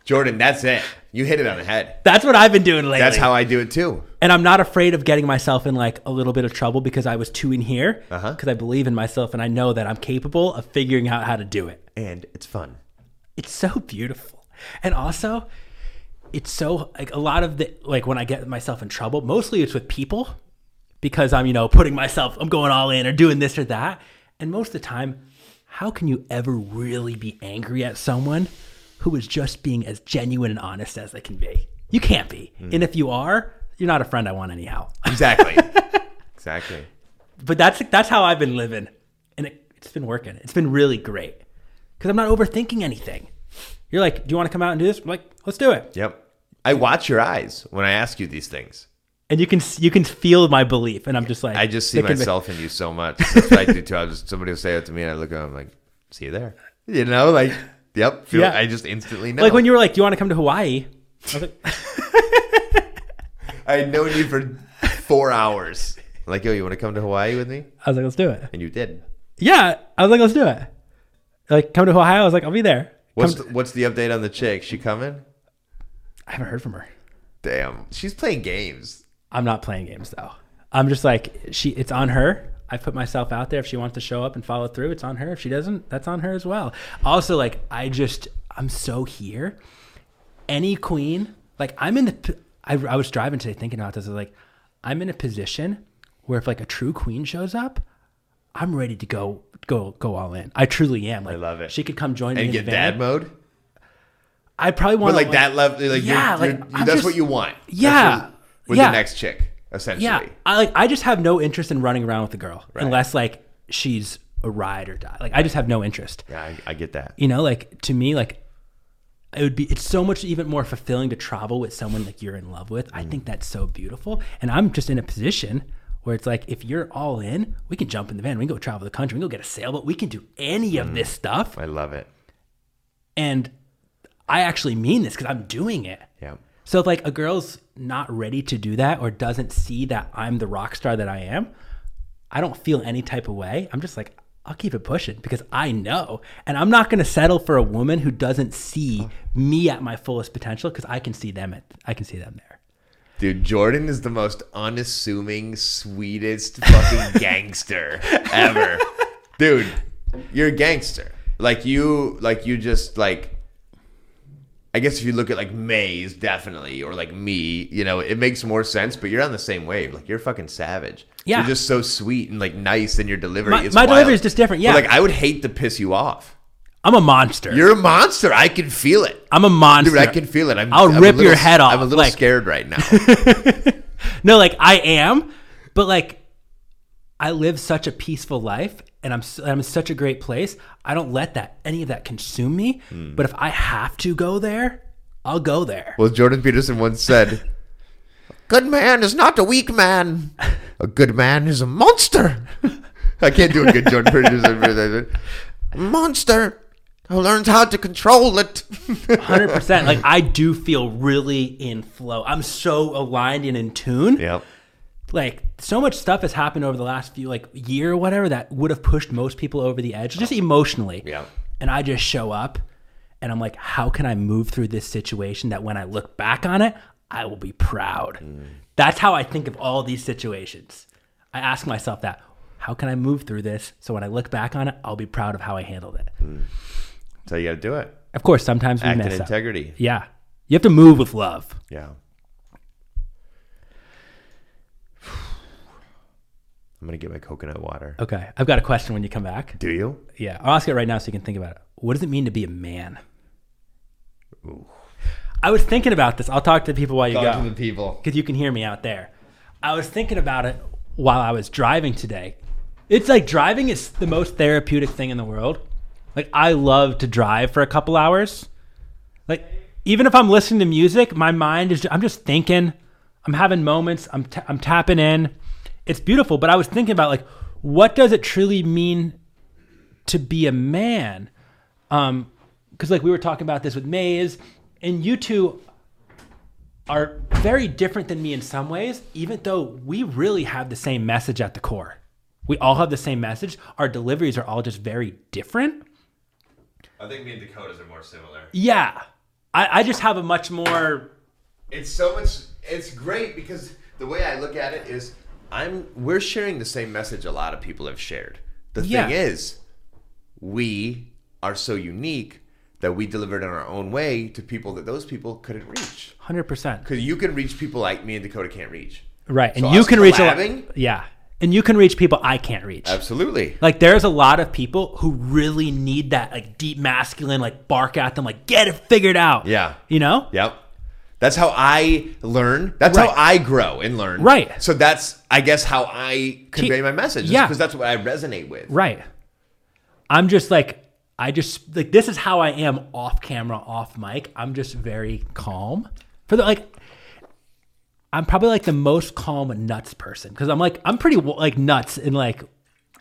Speaker 1: Jordan, that's it. You hit it on the head.
Speaker 2: That's what I've been doing lately.
Speaker 1: That's how I do it too.
Speaker 2: and I'm not afraid of getting myself in like a little bit of trouble because I was too in here because
Speaker 1: Uh-huh.
Speaker 2: I believe in myself and I know that I'm capable of figuring out how to do it.
Speaker 1: And it's fun.
Speaker 2: It's so beautiful. And also, it's so like a lot of the like when I get myself in trouble, mostly it's with people because I'm, you know, putting myself, I'm going all in or doing this or that. And most of the time, how can you ever really be angry at someone who is just being as genuine and honest as they can be? You can't be. And if you are, you're not a friend I want anyhow.
Speaker 1: Exactly. exactly.
Speaker 2: but that's that's how I've been living, and it, it's been working. It's been really great because I'm not overthinking anything. You're like, do you want to come out and do this? I'm like, let's do it.
Speaker 1: Yep. I watch your eyes when I ask you these things.
Speaker 2: And you can s- you can feel my belief, and I'm just like,
Speaker 1: I just see
Speaker 2: the convi-
Speaker 1: myself in you so much. That's what I do too. I just somebody will say that to me, and I look at them I'm like, "See you there." You know, like, yep. Feel,
Speaker 2: Yeah.
Speaker 1: I just instantly know.
Speaker 2: Like when you were like, do you want to come to Hawaii? I was like,
Speaker 1: I had known you for four hours. Like, yo, you want to come to Hawaii with me?
Speaker 2: I was like, let's do it.
Speaker 1: And you did.
Speaker 2: Yeah, I was like, let's do it. Like, come to Hawaii. I was like, I'll be there. Come
Speaker 1: What's the, what's the update on the chick? She coming?
Speaker 2: I haven't heard from her.
Speaker 1: Damn, she's playing games.
Speaker 2: I'm not playing games though. I'm just like she. It's on her. I put myself out there. If she wants to show up and follow through, it's on her. If she doesn't, that's on her as well. Also, like I just, I'm so here. Any queen, like I'm in the. p- I, I was driving today thinking about this. I was like, I'm in a position where if like a true queen shows up, I'm ready to go go go all in. I truly am. Like, I
Speaker 1: love it.
Speaker 2: She could come join me
Speaker 1: And
Speaker 2: in
Speaker 1: get
Speaker 2: the
Speaker 1: dad
Speaker 2: van.
Speaker 1: mode,
Speaker 2: I probably want
Speaker 1: but like that level, like
Speaker 2: Yeah,
Speaker 1: yeah,
Speaker 2: like, I'm
Speaker 1: that's
Speaker 2: just-
Speaker 1: what you want. That's
Speaker 2: Yeah.
Speaker 1: what- with
Speaker 2: Yeah.
Speaker 1: the next chick, essentially.
Speaker 2: Yeah, I like. I just have no interest in running around with a girl unless like she's a ride or die. Like I just have no interest.
Speaker 1: Yeah, I, I get that.
Speaker 2: You know, like to me, like it would be. It's so much even more fulfilling to travel with someone like you're in love with. I think that's so beautiful, and I'm just in a position where it's like if you're all in, we can jump in the van, we can go travel the country, we can go get a sailboat, we can do any of this stuff.
Speaker 1: I love it.
Speaker 2: And I actually mean this because I'm doing it.
Speaker 1: Yeah.
Speaker 2: So if like a girl's not ready to do that or doesn't see that I'm the rock star that I am, I don't feel any type of way. I'm just like, I'll keep it pushing because I know. And I'm not gonna settle for a woman who doesn't see me at my fullest potential because I can see them at I can see them there.
Speaker 1: Dude, Jordan is the most unassuming, sweetest fucking gangster ever. Dude, you're a gangster. Like you like you just like I guess if you look at like Maze, definitely, or like me, you know, it makes more sense, but you're on the same wave. Like you're fucking savage.
Speaker 2: Yeah.
Speaker 1: You're just so sweet and like nice and your delivery
Speaker 2: My-
Speaker 1: is
Speaker 2: my delivery
Speaker 1: wild.
Speaker 2: is just different,
Speaker 1: But,
Speaker 2: yeah.
Speaker 1: like I would hate to piss you off.
Speaker 2: I'm a monster.
Speaker 1: You're a monster. I can feel it.
Speaker 2: I'm a monster.
Speaker 1: Dude, I can feel it. I'm,
Speaker 2: I'll
Speaker 1: I'm a
Speaker 2: rip
Speaker 1: little-
Speaker 2: your head off,
Speaker 1: I'm a little
Speaker 2: like-
Speaker 1: scared right now.
Speaker 2: No, like I am, but like I live such a peaceful life and I'm s- I'm in such a great place. I don't let that any of that consume me. But if I have to go there, I'll go there.
Speaker 1: Well, Jordan Peterson once said, "A good man is not a weak man. A good man is a monster." I can't do a good Jordan Peterson. monster who learns how to control it.
Speaker 2: 100%. like I do feel really in flow. I'm so aligned and in tune.
Speaker 1: Yep.
Speaker 2: Like so much stuff has happened over the last few like year or whatever that would have pushed most people over the edge just emotionally.
Speaker 1: Oh. Yeah.
Speaker 2: and I just show up and I'm like, how can I move through this situation that when I look back on it, I will be proud?
Speaker 1: Mm.
Speaker 2: That's how I think of all these situations. I ask myself that. How can I move through this so when I look back on it, I'll be proud of how I handled it?
Speaker 1: So you got to do it.
Speaker 2: Of course, sometimes we
Speaker 1: Act Mm. in
Speaker 2: mess up.
Speaker 1: integrity.
Speaker 2: Yeah. You have to move with love.
Speaker 1: Yeah. I'm gonna get my coconut water.
Speaker 2: Okay. I've got a question when you come back.
Speaker 1: Do you?
Speaker 2: Yeah. I'll ask it right now so you can think about it. What does it mean to be a man? I was thinking about this. I'll talk to the people while you go.
Speaker 1: to the people.
Speaker 2: because you can hear me out there. I was thinking about it while I was driving today. It's like driving is the most therapeutic thing in the world. Like I love to drive for a couple hours. Like even if I'm listening to music, my mind is I'm just thinking. I'm having moments. I'm t- I'm tapping in. It's beautiful, but I was thinking about like what does it truly mean to be a man? Um cuz like we were talking about this with Maze and you two are very different than me in some ways, even though we really have the same message at the core. We all have the same message. Our deliveries are all just very different.
Speaker 1: I think me and Dakotas are more similar.
Speaker 2: Yeah. I, I just have a much more
Speaker 1: It's so much. It's great because the way I look at it is, I'm we're sharing the same message a lot of people have shared. The
Speaker 2: Yeah.
Speaker 1: thing is, we are so unique that we delivered in our own way to people that those people couldn't reach.
Speaker 2: 100%.
Speaker 1: Because you can reach people like me and Dakota can't reach.
Speaker 2: Right. And
Speaker 1: So
Speaker 2: you
Speaker 1: us
Speaker 2: can reach a
Speaker 1: collabing?
Speaker 2: lot. Yeah. And you can reach people I can't reach.
Speaker 1: Absolutely.
Speaker 2: Like there's a lot of people who really need that like deep masculine like bark at them like get it figured out.
Speaker 1: Yeah.
Speaker 2: You know?
Speaker 1: Yep. That's how I learn. That's how
Speaker 2: Right.
Speaker 1: I grow and learn.
Speaker 2: Right.
Speaker 1: So that's, I guess, how I convey my message.
Speaker 2: yeah.
Speaker 1: Because that's what I resonate with.
Speaker 2: Right. I'm just like I just like this is how I am off camera, off mic. I'm just very calm. For the like I'm probably like the most calm nuts person cuz I'm like I'm pretty wa- like nuts in like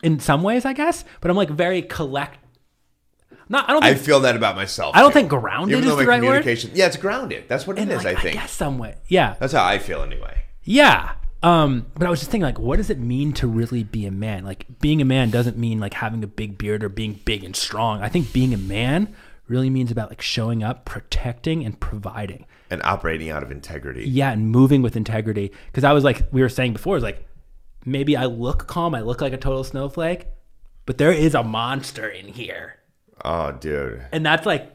Speaker 2: in some ways, I guess, but I'm like very collect not I don't
Speaker 1: I
Speaker 2: think
Speaker 1: feel that about myself.
Speaker 2: I don't
Speaker 1: too.
Speaker 2: think grounded
Speaker 1: Even
Speaker 2: is
Speaker 1: though my
Speaker 2: the right word.
Speaker 1: communication, yeah, it's grounded. That's what it is.
Speaker 2: like,
Speaker 1: I think
Speaker 2: guess some way. Yeah.
Speaker 1: that's how I feel anyway.
Speaker 2: Yeah. Um, but I was just thinking, like, what does it mean to really be a man? Like, being a man doesn't mean like having a big beard or being big and strong. I think being a man really means about like showing up, protecting, and providing.
Speaker 1: And operating out of integrity.
Speaker 2: Yeah, and moving with integrity. Because I was like, we were saying before, is like, maybe I look calm, I look like a total snowflake, but there is a monster in here,
Speaker 1: Oh, dude.
Speaker 2: and that's like.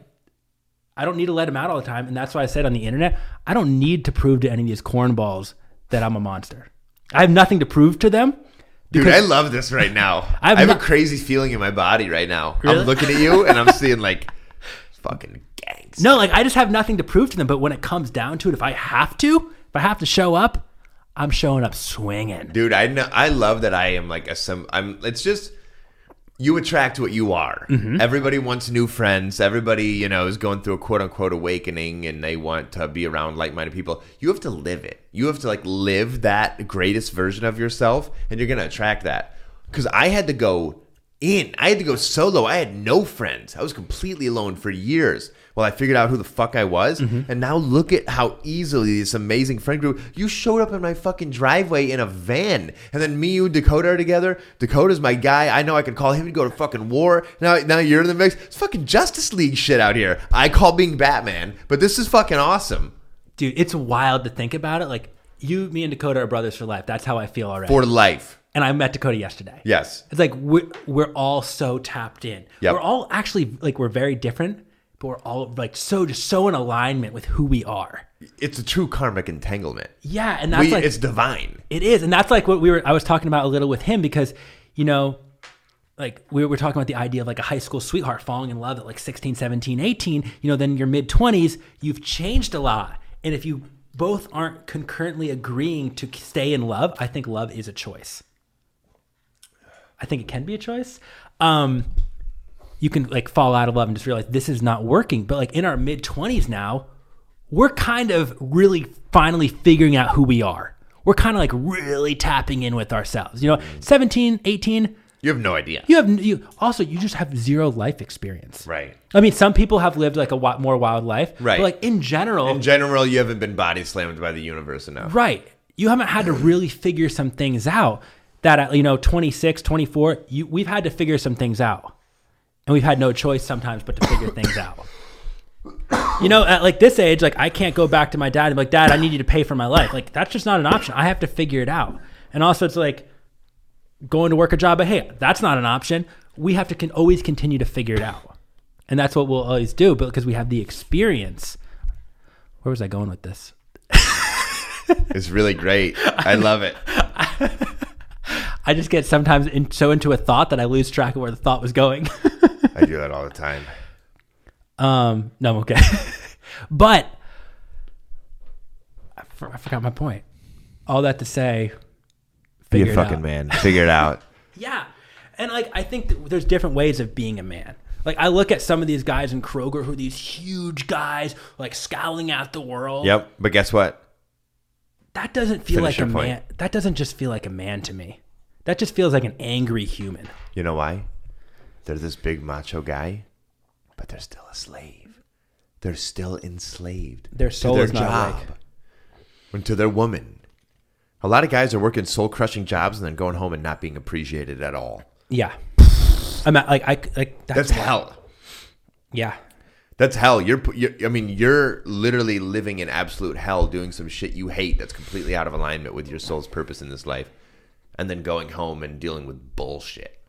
Speaker 2: I don't need to let him out all the time. And that's why I said on the internet, I don't need to prove to any of these cornballs that I'm a monster. I have nothing to prove to them.
Speaker 1: Dude, I love this right now. i
Speaker 2: I've
Speaker 1: have
Speaker 2: not-
Speaker 1: a crazy feeling in my body right now.
Speaker 2: Really?
Speaker 1: I'm looking at you and I'm seeing like fucking gangs.
Speaker 2: No, like I just have nothing to prove to them. But when it comes down to it, if I have to, if I have to show up, I'm showing up swinging.
Speaker 1: Dude, I know. I love that I am like a some. I'm. It's just you attract what you are. Everybody wants new friends. Everybody, you know, is going through a quote unquote awakening, and they want to be around like minded people. You have to live it. You have to like live that greatest version of yourself, and you're gonna attract that. Because I had to go in. I had to go solo. I had no friends. I was completely alone for years while I figured out who the fuck I was.
Speaker 2: Mm-hmm.
Speaker 1: And now look at how easily this amazing friend group. You showed up in my fucking driveway in a van. And then me, you, Dakota are together. Dakota's my guy. I know I can call him to go to fucking war. Now, now you're in the mix. It's fucking Justice League shit out here. I call being Batman, but this is fucking awesome.
Speaker 2: Dude, it's wild to think about it. Like you, me, and Dakota are brothers for life. That's how I feel already.
Speaker 1: For life.
Speaker 2: and I met Dakota yesterday.
Speaker 1: Yes.
Speaker 2: It's like we're, we're all so tapped in.
Speaker 1: Yep.
Speaker 2: We're all actually like we're very different, but we're all like so just so in alignment with who we are.
Speaker 1: It's a true karmic entanglement.
Speaker 2: Yeah, and that's
Speaker 1: We,
Speaker 2: like
Speaker 1: it's divine.
Speaker 2: It is, and that's like what we were. I was talking about a little with him because, you know, like we were talking about the idea of like a high school sweetheart falling in love at like 16, 17, 18. You know, then your mid twenties, you've changed a lot, and if you both aren't concurrently agreeing to stay in love, I think love is a choice. I think it can be a choice. Um, you can like fall out of love and just realize this is not working. But like in our mid 20s now, we're kind of really finally figuring out who we are. We're kind of like really tapping in with ourselves. You know, 17, 18,
Speaker 1: You have no idea.
Speaker 2: you have you also you just have zero life experience.
Speaker 1: Right.
Speaker 2: I mean, some people have lived like a wi- more wild life.
Speaker 1: Right.
Speaker 2: But like in general,
Speaker 1: In general, you haven't been body slammed by the universe enough.
Speaker 2: Right. You haven't had to really figure some things out that at you know 26, 24, you we've had to figure some things out. And we've had no choice sometimes but to figure things out. You know, at like this age, like I can't go back to my dad and be like, "Dad, I need you to pay for my life." Like that's just not an option. I have to figure it out. And also it's like going to work a job, but hey, that's not an option. We have to can always continue to figure it out. And that's what we'll always do but because we have the experience. Where was I going with this?
Speaker 1: It's really great. I love it.
Speaker 2: I just get sometimes in, so into a thought that I lose track of where the thought was going.
Speaker 1: I do that all the time.
Speaker 2: um, no, I'm okay. but I, for, I forgot my point. All that to say,
Speaker 1: Be a
Speaker 2: figure it
Speaker 1: fucking
Speaker 2: out.
Speaker 1: man. Figure it out.
Speaker 2: Yeah, and like I think that there's different ways of being a man. Like I look at some of these guys in Kroger who are these huge guys, like scowling at the world.
Speaker 1: Yep. But guess what?
Speaker 2: That doesn't feel
Speaker 1: Finish
Speaker 2: like a
Speaker 1: your point.
Speaker 2: man. That doesn't just feel like a man to me. That just feels like an angry human.
Speaker 1: You know why? They're this big macho guy, but they're still a slave. They're still enslaved.
Speaker 2: Their
Speaker 1: to
Speaker 2: soul
Speaker 1: their
Speaker 2: is not awake.
Speaker 1: and to their woman. A lot of guys are working soul crushing jobs and then going home and not being appreciated at all.
Speaker 2: Yeah. I'm at, like I like
Speaker 1: That's
Speaker 2: that's,
Speaker 1: hell.
Speaker 2: yeah.
Speaker 1: That's hell. You're, pu- you're, I mean, you're literally living in absolute hell, doing some shit you hate that's completely out of alignment with your soul's purpose in this life, and then going home and dealing with bullshit.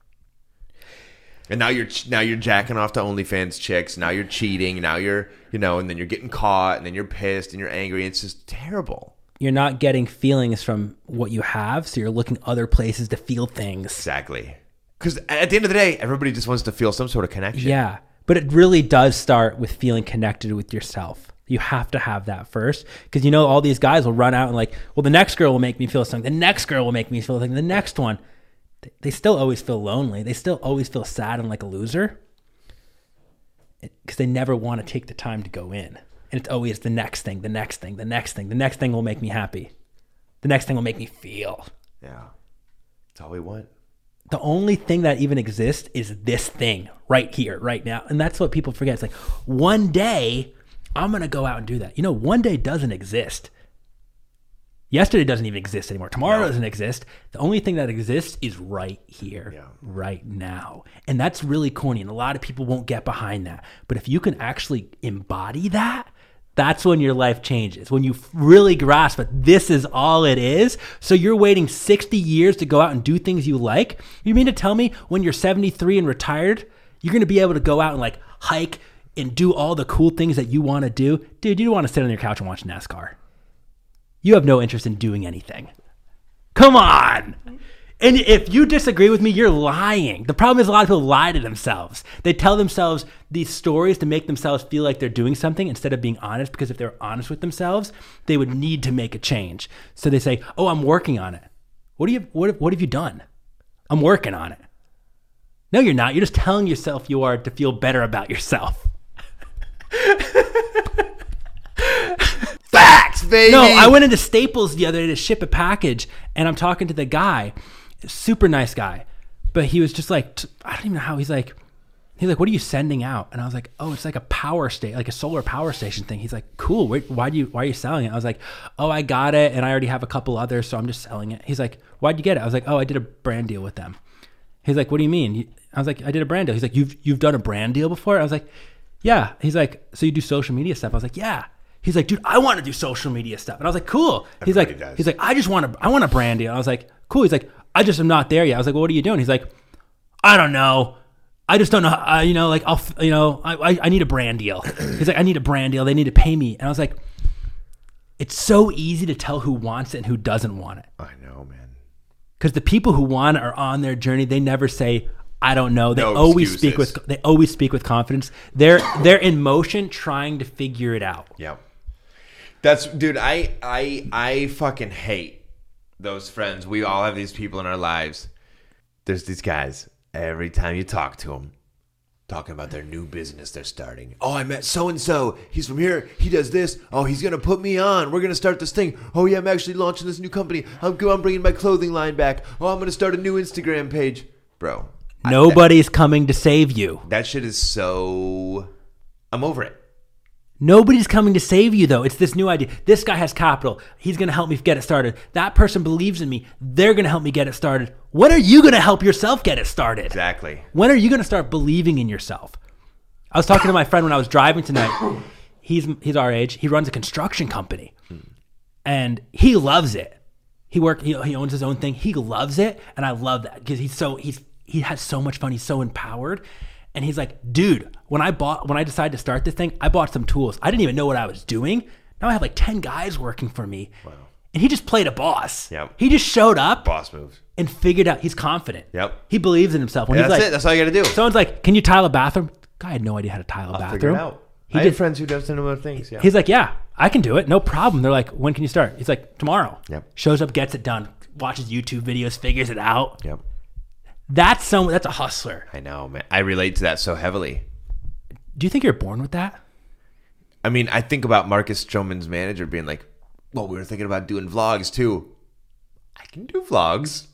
Speaker 1: And now you're ch- now you're jacking off to OnlyFans chicks. Now you're cheating. Now you're you know, and then you're getting caught, and then you're pissed and you're angry. It's just terrible.
Speaker 2: You're not getting feelings from what you have, so you're looking other places to feel things.
Speaker 1: Exactly. Because at the end of the day, everybody just wants to feel some sort of connection.
Speaker 2: Yeah. But it really does start with feeling connected with yourself. You have to have that first because you know all these guys will run out and like, well, the next girl will make me feel something. The next girl will make me feel something. The next one, They- they still always feel lonely. They still always feel sad and like a loser because they never want to take the time to go in. And it's always the next thing, the next thing, the next thing, the next thing will make me happy. The next thing will make me feel.
Speaker 1: Yeah. That's all we want.
Speaker 2: the only thing that even exists is this thing right here, right now. And that's what people forget. It's like one day I'm going to go out and do that. You know, one day doesn't exist. Yesterday doesn't even exist anymore. Tomorrow doesn't exist. The only thing that exists is right here,
Speaker 1: Yeah.
Speaker 2: right now. And that's really corny. And a lot of people won't get behind that. But if you can actually embody that, that's when your life changes. When you really grasp that this is all it is. So you're waiting 60 years to go out and do things you like. You mean to tell me when you're 73 and retired, you're going to be able to go out and like hike and do all the cool things that you want to do? Dude, you don't want to sit on your couch and watch NASCAR. You have no interest in doing anything. Come on. And if you disagree with me, you're lying. The problem is a lot of people lie to themselves. They tell themselves these stories to make themselves feel like they're doing something instead of being honest because if they were honest with themselves, they would need to make a change. So they say, "Oh, I'm working on it." What do you what what have you done? I'm working on it. No, you're not. You're just telling yourself you are to feel better about yourself.
Speaker 1: Facts, baby.
Speaker 2: No, I went into Staples the other day to ship a package, and I'm talking to the guy, super nice guy, but he was just like, t- I don't even know how he's like, he's like, what are you sending out? And I was like, oh, it's like a power state, like a solar power station thing. He's like, cool. Wait, why do you why are you selling it? I was like, oh, I got it, and I already have a couple others, so I'm just selling it. He's like, why'd you get it? I was like, oh, I did a brand deal with them. He's like, "What do you mean?" You- I was like, "I did a brand deal." He's like, "You've you've done a brand deal before?" I was like, "Yeah." He's like, "So you do social media stuff?" I was like, "Yeah." He's like, "Dude, I want to do social media stuff," and I was like, "Cool." He's like,
Speaker 1: Everybody does.
Speaker 2: "He's like, I just want to I want a brand deal." I was like, "Cool." He's like, "I just am not there yet." I was like, well, "What are you doing?" He's like, "I don't know." I just don't know. I, you know, like I'll, f- you know, I, I, I need a brand deal. He's like, I need a brand deal. They need to pay me. And I was like, it's so easy to tell who wants it and who doesn't want it.
Speaker 1: I know, man.
Speaker 2: because the people who want are on their journey. They never say, "I don't know." They
Speaker 1: No
Speaker 2: always
Speaker 1: excuses.
Speaker 2: speak with they always speak with confidence. They're they're in motion, trying to figure it out.
Speaker 1: Yeah. That's dude, I I I fucking hate those friends. We all have these people in our lives. There's these guys every time you talk to them talking about their new business they're starting. Oh, I met so and so. He's from here. He does this. Oh, he's going to put me on. We're going to start this thing. Oh, yeah, I'm actually launching this new company. I'm go- I'm bringing my clothing line back. Oh, I'm going to start a new Instagram page. Bro, I-
Speaker 2: Nobody's coming to save you.
Speaker 1: that shit is so I'm over it.
Speaker 2: Nobody's coming to save you though. It's this new idea. This guy has capital. He's going to help me get it started. That person believes in me. They're going to help me get it started. When are you going to help yourself get it started?
Speaker 1: Exactly.
Speaker 2: When are you going to start believing in yourself? I was talking to my friend when I was driving tonight. He's he's our age. He runs a construction company, and he loves it. He work he, he owns his own thing. He loves it, and I love that because he's so he's he has so much fun. He's so empowered, and he's like, dude, when I bought when I decided to start this thing, I bought some tools. I didn't even know what I was doing. Now I have like ten guys working for me, and he just played a boss.
Speaker 1: Yep.
Speaker 2: He just showed up
Speaker 1: Boss moves.
Speaker 2: and figured out he's confident.
Speaker 1: Yep.
Speaker 2: He believes in himself. When
Speaker 1: That's
Speaker 2: he's like,
Speaker 1: it. That's all you got to do.
Speaker 2: Someone's like, "Can you tile a bathroom?" Guy had no idea how to tile a bathroom.
Speaker 1: figure it out.
Speaker 2: He
Speaker 1: I
Speaker 2: did.
Speaker 1: have friends who do similar things. Yeah.
Speaker 2: He's like, "Yeah, I can do it. No problem." They're like, "When can you start?" He's like, "Tomorrow."
Speaker 1: Yep.
Speaker 2: Shows up, gets it done. Watches YouTube videos, figures it out.
Speaker 1: yep.
Speaker 2: That's someone. That's a hustler.
Speaker 1: I know, man. I relate to that so heavily.
Speaker 2: Do you think you're born with that?
Speaker 1: I mean, I think about Marcus Stroman's manager being like, "Well, we were thinking about doing vlogs too. I can do vlogs.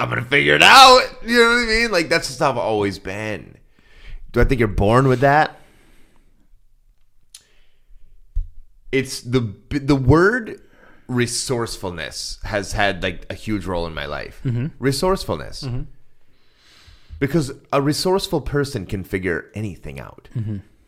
Speaker 1: I'm gonna figure it out. You know what I mean? Like that's just how I've always been. Do I think you're born with that? It's the the word resourcefulness has had like a huge role in my life. Resourcefulness. Because a resourceful person can figure anything out.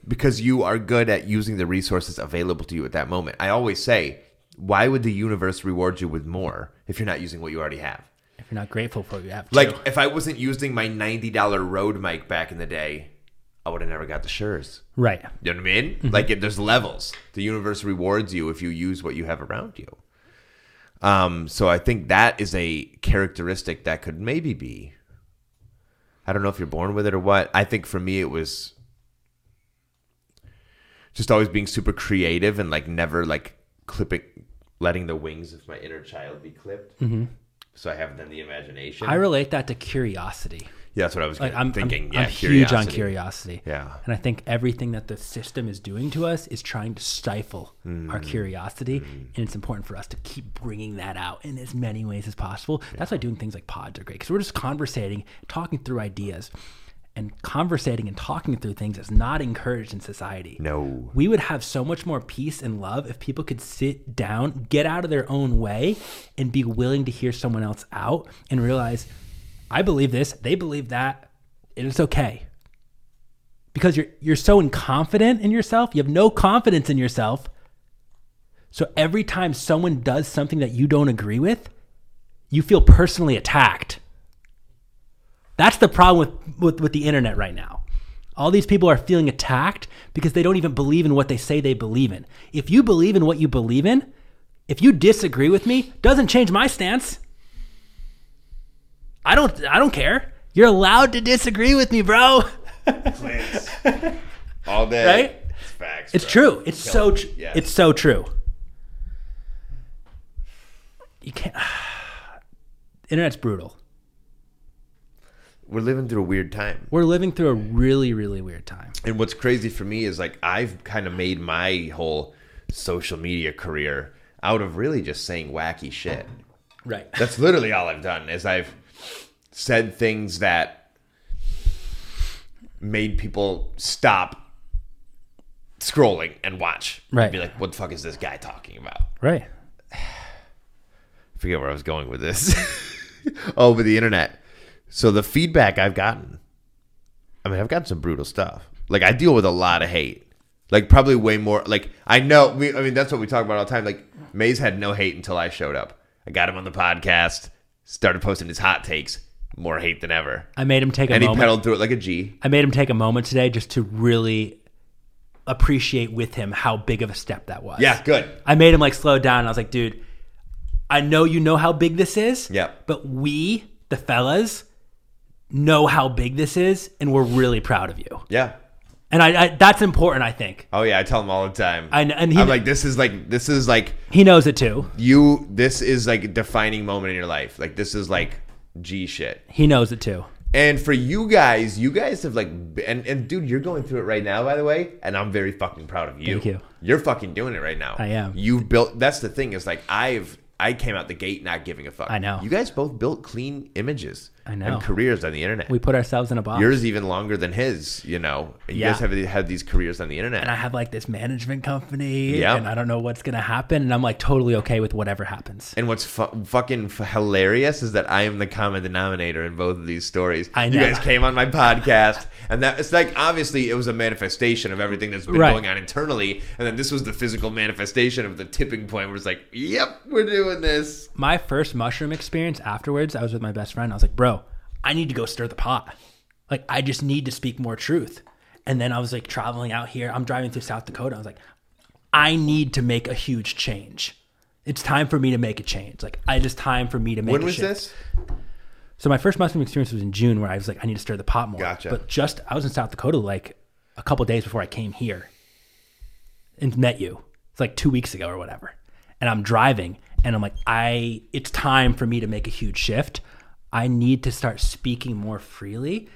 Speaker 1: Because you are good at using the resources available to you at that moment. I always say, why would the universe reward you with more if you're not using what you already have?
Speaker 2: If you're not grateful for what you have, to.
Speaker 1: Like if I wasn't using my $90 road mic back in the day, I would have never got the Shures.
Speaker 2: right,
Speaker 1: You know what I mean?
Speaker 2: Mm-hmm.
Speaker 1: Like it, there's levels. The universe rewards you if you use what you have around you. Um, so I think that is a characteristic that could maybe be. I don't know if you're born with it or what. I think for me it was just always being super creative and like never like clipping, letting the wings of my inner child be clipped. Mm-hmm. So I have then the imagination.
Speaker 2: I relate that to curiosity.
Speaker 1: yeah, that's what I was
Speaker 2: Like
Speaker 1: gonna-
Speaker 2: I'm I'm-
Speaker 1: thinking.
Speaker 2: I'm,
Speaker 1: yeah,
Speaker 2: huge on
Speaker 1: curiosity.
Speaker 2: curiosity.
Speaker 1: Yeah.
Speaker 2: and I think everything that the system is doing to us is trying to stifle our
Speaker 1: Mm.
Speaker 2: curiosity, and it's important for us to keep bringing that out in as many ways as possible. That's why doing things like pods are great because we're just conversating, talking through ideas, and conversating and talking through things is not encouraged in society.
Speaker 1: No.
Speaker 2: We would have so much more peace and love if people could sit down, get out of their own way, and be willing to hear someone else out and realize, I believe this, they believe that, and it's okay. Because you're you're so confident in yourself, you have no confidence in yourself. So every time someone does something that you don't agree with, you feel personally attacked. That's the problem with, with, with the internet right now. All these people are feeling attacked because they don't even believe in what they say they believe in. If you believe in what you believe in, if you disagree with me, doesn't change my stance. I don't I don't care. You're allowed to disagree with me, bro.
Speaker 1: Plants. All day.
Speaker 2: Right?
Speaker 1: It's facts.
Speaker 2: It's
Speaker 1: bro.
Speaker 2: true. It's so
Speaker 1: it.
Speaker 2: tr-
Speaker 1: Yes.
Speaker 2: it's so true. You can't Internet's brutal.
Speaker 1: We're living through a weird time.
Speaker 2: We're living through a really really weird time.
Speaker 1: And what's crazy for me is like I've kind of made my whole social media career out of really just saying wacky shit.
Speaker 2: Right.
Speaker 1: That's literally all I've done is I've said things that made people stop scrolling and watch.
Speaker 2: Right.
Speaker 1: Be like, what the fuck is this guy talking about?
Speaker 2: Right.
Speaker 1: forget where I was going with this. oh, with the internet. So the feedback I've gotten, I mean, I've gotten some brutal stuff. Like I deal with a lot of hate. Like probably way more. Like I know. We, I mean, that's what we talk about all the time. Like Mays had no hate until I showed up. I got him on the podcast. Started posting his hot takes. More hate than ever.
Speaker 2: I made him take a
Speaker 1: And he
Speaker 2: moment.
Speaker 1: pedaled through it like a G.
Speaker 2: I made him take a moment today just to really appreciate with him how big of a step that was.
Speaker 1: Yeah, good.
Speaker 2: I made him like slow down. And I was like, dude, I know you know how big this is.
Speaker 1: Yep.
Speaker 2: But we, the fellas, know how big this is, and we're really proud of you.
Speaker 1: Yeah.
Speaker 2: And I, I that's important. I think
Speaker 1: Oh yeah, I tell him all the time.
Speaker 2: I kn- and he-
Speaker 1: I'm like, this is like, this is like
Speaker 2: he knows it too.
Speaker 1: you this is like a defining moment in your life like this is like g shit
Speaker 2: He knows it too.
Speaker 1: and for you guys you guys have like b- and, and dude you're going through it right now by the way and i'm very fucking proud of you
Speaker 2: Thank you.
Speaker 1: you're fucking doing it right now
Speaker 2: I am.
Speaker 1: you've built that's the thing is like i've i came out the gate not giving a fuck
Speaker 2: I know.
Speaker 1: you guys both built clean images
Speaker 2: I know.
Speaker 1: and careers on the internet
Speaker 2: We put ourselves in a box.
Speaker 1: yours even longer than his you know you
Speaker 2: Yeah.
Speaker 1: guys have had these careers on the internet
Speaker 2: and I have like this management company,
Speaker 1: Yeah.
Speaker 2: and I don't know what's gonna happen, and I'm like totally okay with whatever happens.
Speaker 1: And what's fu- fucking f- hilarious is that I am the common denominator in both of these stories.
Speaker 2: I
Speaker 1: You
Speaker 2: know.
Speaker 1: guys came on my podcast, and that it's like obviously it was a manifestation of everything that's been
Speaker 2: Right.
Speaker 1: going on internally, and then this was the physical manifestation of the tipping point where it's like, yep, we're doing this.
Speaker 2: my first mushroom experience afterwards, I was with my best friend. I was like, bro, I need to go stir the pot. Like, I just need to speak more truth. And then I was like traveling out here. I'm driving through South Dakota. I was like, I need to make a huge change. It's time for me to make a change. Like, I just time for me to make
Speaker 1: When
Speaker 2: a
Speaker 1: was
Speaker 2: shift.
Speaker 1: this?
Speaker 2: So my first mushroom experience was in June, where I was like, I need to stir the pot more.
Speaker 1: Gotcha.
Speaker 2: But just I was in South Dakota like a couple days before I came here and met you. It's like two weeks ago or whatever. And I'm driving, and I'm like, I it's time for me to make a huge shift. I need to start speaking more freely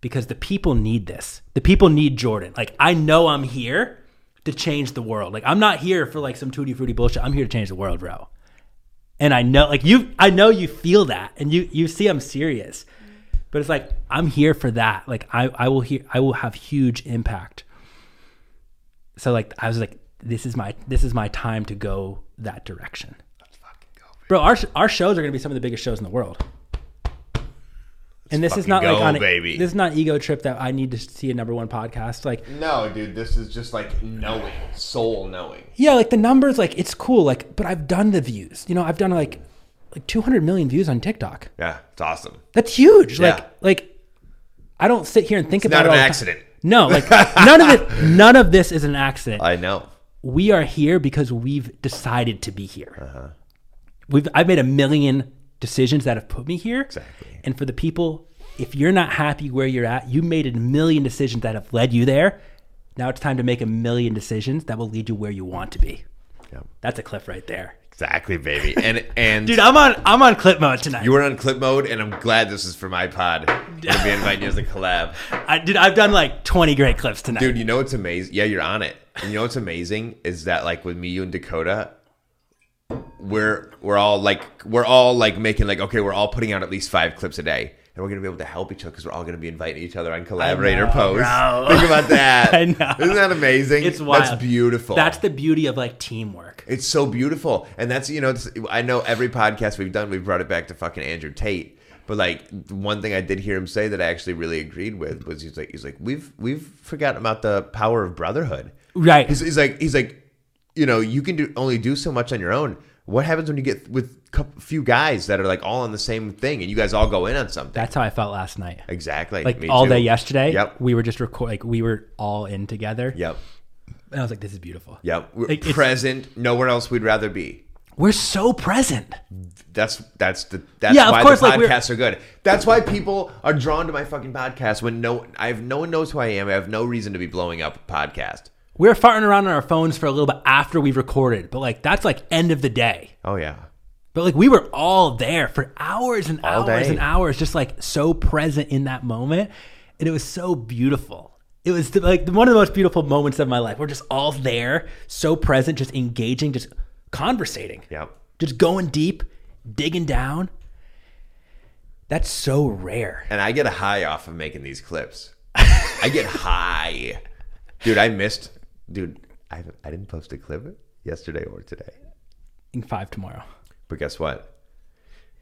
Speaker 2: because the people need this. The people need Jordan. Like I know I'm here to change the world. Like I'm not here for like some tutti frutti bullshit. I'm here to change the world, bro and I know like you I know you feel that and you you see I'm serious. But it's like I'm here for that. Like I I will hear I will have huge impact. So like I was like this is my this is my time to go that direction. Bro, our, sh- our shows are going to be some of the biggest shows in the world. and this is
Speaker 1: fucking
Speaker 2: not like
Speaker 1: go,
Speaker 2: on a,
Speaker 1: baby.
Speaker 2: this is not ego trip that I need to see a number one podcast. Like
Speaker 1: No, dude, this is just like knowing, soul knowing.
Speaker 2: yeah, like the numbers, like it's cool. Like but I've done the views. You know, I've done like like 200 million views on TikTok.
Speaker 1: Yeah, it's awesome.
Speaker 2: That's huge.
Speaker 1: Yeah.
Speaker 2: Like like I don't sit here and think
Speaker 1: not
Speaker 2: about
Speaker 1: an
Speaker 2: it all the ti-
Speaker 1: accident.
Speaker 2: No, like none of it. None of this is an accident.
Speaker 1: I know.
Speaker 2: we are here because we've decided to be here.
Speaker 1: Uh-huh.
Speaker 2: We've I've made a million decisions that have put me here.
Speaker 1: Exactly.
Speaker 2: And for the people, if you're not happy where you're at, you made a million decisions that have led you there. Now it's time to make a million decisions that will lead you where you want to be.
Speaker 1: Yep.
Speaker 2: That's a clip right there.
Speaker 1: Exactly, baby. And and
Speaker 2: Dude, I'm on I'm on clip mode tonight.
Speaker 1: you were on clip mode, and I'm glad this is for my pod. I'll be inviting you as a collab.
Speaker 2: I, dude, I've done like 20 great clips tonight.
Speaker 1: Dude, you know what's amazing? Yeah, you're on it. And you know what's amazing is that like with me, you and Dakota, we're we're all like we're all like making like okay, we're all putting out at least five clips a day, and we're gonna be able to help each other because we're all gonna be inviting each other on collaborator
Speaker 2: know,
Speaker 1: posts.
Speaker 2: bro.
Speaker 1: Think about that.
Speaker 2: I know.
Speaker 1: Isn't that amazing?
Speaker 2: it's wild.
Speaker 1: That's beautiful.
Speaker 2: That's the beauty of like teamwork.
Speaker 1: It's so beautiful, and that's you know. It's, I know every podcast we've done, we've brought it back to fucking Andrew Tate. But like the one thing I did hear him say that I actually really agreed with was he's like he's like we've we've forgotten about the power of brotherhood.
Speaker 2: Right.
Speaker 1: He's, he's like he's like you know you can do only do so much on your own. What happens when you get with a few guys that are like all on the same thing and you guys all go in on something?
Speaker 2: That's how I felt last night.
Speaker 1: Exactly.
Speaker 2: Like
Speaker 1: me
Speaker 2: all
Speaker 1: too.
Speaker 2: day yesterday,
Speaker 1: Yep.
Speaker 2: we were just record like we were all in together.
Speaker 1: Yep.
Speaker 2: And I was like, this is beautiful.
Speaker 1: Yep. We're
Speaker 2: Like, it's-
Speaker 1: present. Nowhere else we'd rather be.
Speaker 2: We're so present.
Speaker 1: That's that's the that's
Speaker 2: Yeah, of
Speaker 1: why
Speaker 2: course,
Speaker 1: the
Speaker 2: like, we're-
Speaker 1: podcasts are good. That's why people are drawn to my fucking podcast when no I have no one knows who I am. I have no reason to be blowing up a podcast.
Speaker 2: We were farting around on our phones for a little bit after we recorded, but like that's like end of the day.
Speaker 1: Oh yeah.
Speaker 2: But like we were all there for hours and
Speaker 1: All
Speaker 2: hours
Speaker 1: day.
Speaker 2: and hours, just like so present in that moment. And it was so beautiful. It was the, like one of the most beautiful moments of my life. We're just all there, so present, just engaging, just conversating.
Speaker 1: Yep.
Speaker 2: Just going deep, digging down. That's so rare.
Speaker 1: And I get a high off of making these clips. I get high. Dude, I missed dude, I I didn't post a clip yesterday or today.
Speaker 2: In five tomorrow.
Speaker 1: But guess what?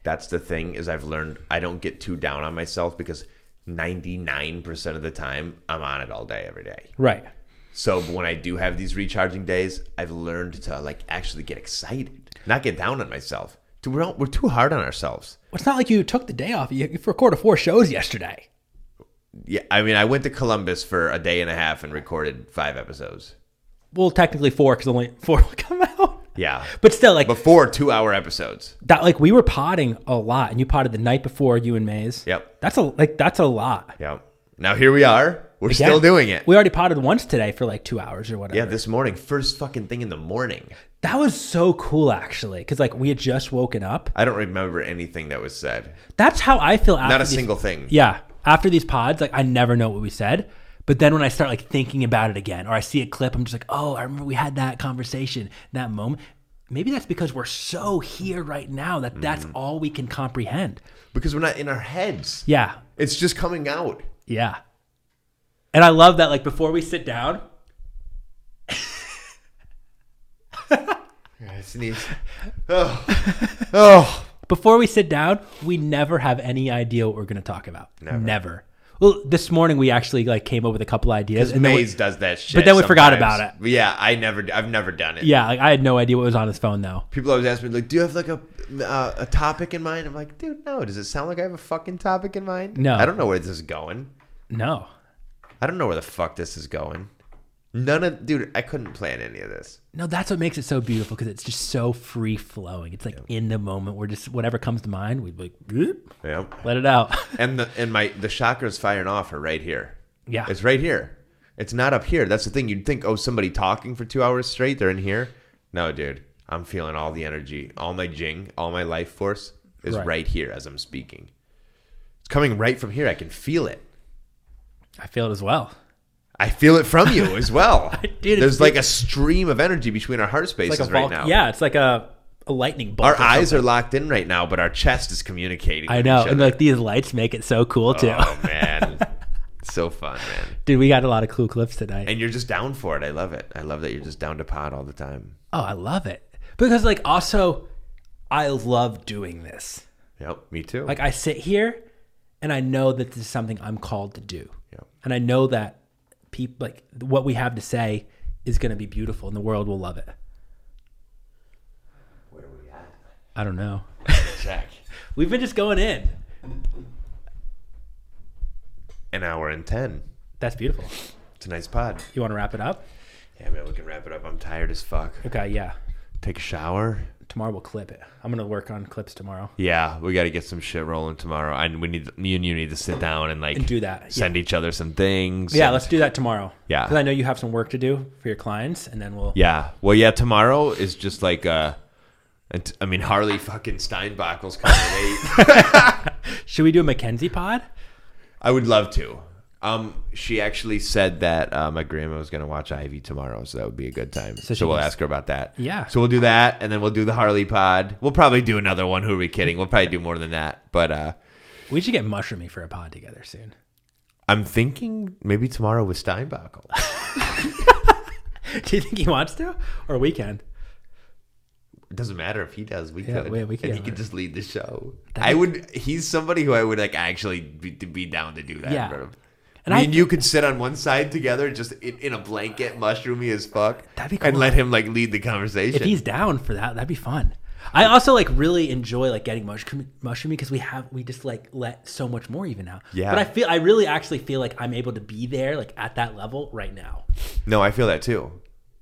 Speaker 1: That's the thing is I've learned I don't get too down on myself because 99% of the time I'm on it all day every day.
Speaker 2: Right.
Speaker 1: So when I do have these recharging days, I've learned to like actually get excited, not get down on myself. Dude, we're, all, we're too hard on ourselves.
Speaker 2: Well, it's not like you took the day off. You, you recorded four shows yesterday.
Speaker 1: Yeah, I mean, I went to Columbus for a day and a half and recorded five episodes.
Speaker 2: Well, technically four because only four will come out.
Speaker 1: Yeah,
Speaker 2: But still, like
Speaker 1: before two-hour episodes.
Speaker 2: that, like we were potting a lot, and you potted the night before you and Mays.
Speaker 1: Yep.
Speaker 2: That's a like that's a lot.
Speaker 1: Yep. Now here we are. We're
Speaker 2: Yeah.
Speaker 1: still doing it.
Speaker 2: We already potted once today for like two hours or whatever.
Speaker 1: Yeah, this morning, first fucking thing in the morning.
Speaker 2: That was so cool actually, because like we had just woken up.
Speaker 1: I don't remember anything that was said.
Speaker 2: That's how I feel. After
Speaker 1: Not a
Speaker 2: these-
Speaker 1: single thing.
Speaker 2: Yeah. After these pods, like I never know what we said. But then when I start like thinking about it again, or I see a clip, I'm just like, oh, I remember we had that conversation, that moment. Maybe that's because we're so here right now that that's all we can comprehend.
Speaker 1: because we're not in our heads.
Speaker 2: Yeah.
Speaker 1: It's just coming out.
Speaker 2: Yeah. And I love that, like, before we sit down,
Speaker 1: I sneeze. Oh, oh.
Speaker 2: before we sit down, we never have any idea what we're going to talk about. Never. Well, this morning we actually like came up with a couple ideas. And then we-
Speaker 1: Maze does that shit.
Speaker 2: then we forgot
Speaker 1: sometimes.
Speaker 2: about
Speaker 1: Yeah, I never, I've never done it.
Speaker 2: yeah, like I had no idea what was on his phone though.
Speaker 1: People always ask me like, "Do you have like a uh, a topic in mind?" I'm like, "Dude, no. Does it sound like I have a fucking topic in mind?
Speaker 2: No.
Speaker 1: I don't know where this is going.
Speaker 2: No.
Speaker 1: I don't know where the fuck this is going. None of, dude, I couldn't plan any of this.
Speaker 2: No, that's what makes it so beautiful because it's just so free flowing. It's like in the moment. We're just whatever comes to mind, we like bloop,
Speaker 1: Yep.
Speaker 2: let it out.
Speaker 1: And the and my the chakras firing off are right here.
Speaker 2: Yeah.
Speaker 1: It's right here. It's not up here. That's the thing. You'd think, oh, somebody talking for two hours straight. They're in here. No, dude. I'm feeling all the energy, all my jing, all my life force is
Speaker 2: Right.
Speaker 1: right, here as I'm speaking. It's coming right from here. I can feel it.
Speaker 2: I feel it as well.
Speaker 1: I feel it from you as well.
Speaker 2: Dude, it's-
Speaker 1: There's like a stream of energy between our heart
Speaker 2: It's
Speaker 1: spaces
Speaker 2: like a
Speaker 1: right
Speaker 2: volc-
Speaker 1: now.
Speaker 2: Yeah, it's like a, a lightning bolt.
Speaker 1: Our
Speaker 2: or
Speaker 1: eyes
Speaker 2: something.
Speaker 1: are locked in right now, but our chest is communicating.
Speaker 2: I
Speaker 1: with
Speaker 2: know,
Speaker 1: each
Speaker 2: and
Speaker 1: other.
Speaker 2: like these lights make it so cool too.
Speaker 1: oh man, so fun, man.
Speaker 2: Dude, we got a lot of cool clips tonight.
Speaker 1: And you're just down for it. I love it. I love that you're just down to pod all the time.
Speaker 2: Oh, I love it. Because like also I love doing this.
Speaker 1: Yep. Me too.
Speaker 2: Like I sit here and I know that this is something I'm called to do.
Speaker 1: Yep.
Speaker 2: And I know that people like what we have to say is going to be beautiful and the world will love it.
Speaker 1: Where are we at?
Speaker 2: I don't know.
Speaker 1: Zach.
Speaker 2: We've been just going in.
Speaker 1: An hour and ten.
Speaker 2: That's beautiful.
Speaker 1: Tonight's pod.
Speaker 2: You want to wrap it up?
Speaker 1: Yeah, man, we can wrap it up. I'm tired as fuck.
Speaker 2: Okay, yeah.
Speaker 1: Take a shower.
Speaker 2: Tomorrow we'll clip it. I'm going to work on clips tomorrow.
Speaker 1: Yeah, we got to get some shit rolling tomorrow, and we need you and you need to sit down and like
Speaker 2: And do that, yeah.
Speaker 1: Send each other some things.
Speaker 2: Yeah,
Speaker 1: and-
Speaker 2: let's do that tomorrow.
Speaker 1: Yeah.
Speaker 2: Because I know you have some work to do for your clients, and then we'll.
Speaker 1: yeah. Well, yeah. Tomorrow is just like uh, and t- I mean Harley fucking Steinbachel's coming late.
Speaker 2: Should we do a Mackenzie pod?
Speaker 1: I would love to. Um, she actually said that uh, my grandma was gonna watch Ivy tomorrow, so that would be a good time. So,
Speaker 2: she
Speaker 1: we'll
Speaker 2: can-
Speaker 1: ask her about that.
Speaker 2: Yeah.
Speaker 1: So we'll do that, and then we'll do the Harley pod. We'll probably do another one. Who are we kidding? We'll probably do more than that, but uh.
Speaker 2: We should get mushroomy for a pod together soon.
Speaker 1: I'm thinking maybe tomorrow with Steinbachel.
Speaker 2: do you think he wants to, or we can?
Speaker 1: It doesn't matter if he does. We
Speaker 2: Yeah,
Speaker 1: could.
Speaker 2: we- we
Speaker 1: and he
Speaker 2: could.
Speaker 1: could just lead the show. I would. He's somebody who I would like actually be, to be down to do that.
Speaker 2: Yeah.
Speaker 1: bro.
Speaker 2: And
Speaker 1: Me
Speaker 2: I-
Speaker 1: and you could sit on one side together, just in, in a blanket, mushroomy as fuck,
Speaker 2: That'd be
Speaker 1: and
Speaker 2: cool.
Speaker 1: let him like lead the
Speaker 2: If
Speaker 1: conversation.
Speaker 2: he's down for that, that'd be fun. I also like really enjoy like getting mush- mushroomy because we have we just like let so much more even now.
Speaker 1: Yeah.
Speaker 2: But I feel I really actually feel like I'm able to be there like at that level right now.
Speaker 1: no, I feel that too.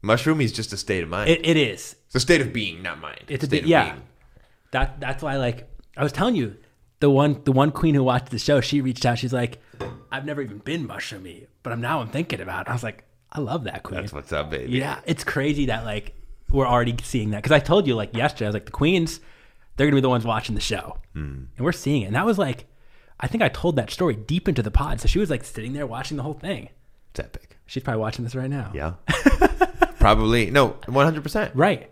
Speaker 1: Mushroomy is just a state of mind.
Speaker 2: It, it is.
Speaker 1: it's a state of being, not mind.
Speaker 2: It's a
Speaker 1: state
Speaker 2: bit yeah. That that's why like I was telling you the one the one queen who watched the show she reached out she's like I've never even been mushroomy but I'm now I'm thinking about it. I was like I love that queen.
Speaker 1: That's what's up, baby.
Speaker 2: Yeah, it's crazy that like we're already seeing that because I told you like yesterday I was like the Queens, they're gonna be the ones watching the show,
Speaker 1: Hmm.
Speaker 2: and we're seeing it. And that was like, I think I told that story deep into the pod, so she was like sitting there watching the whole thing.
Speaker 1: It's epic.
Speaker 2: She's probably watching this right now.
Speaker 1: Yeah. Probably no, one hundred percent.
Speaker 2: right.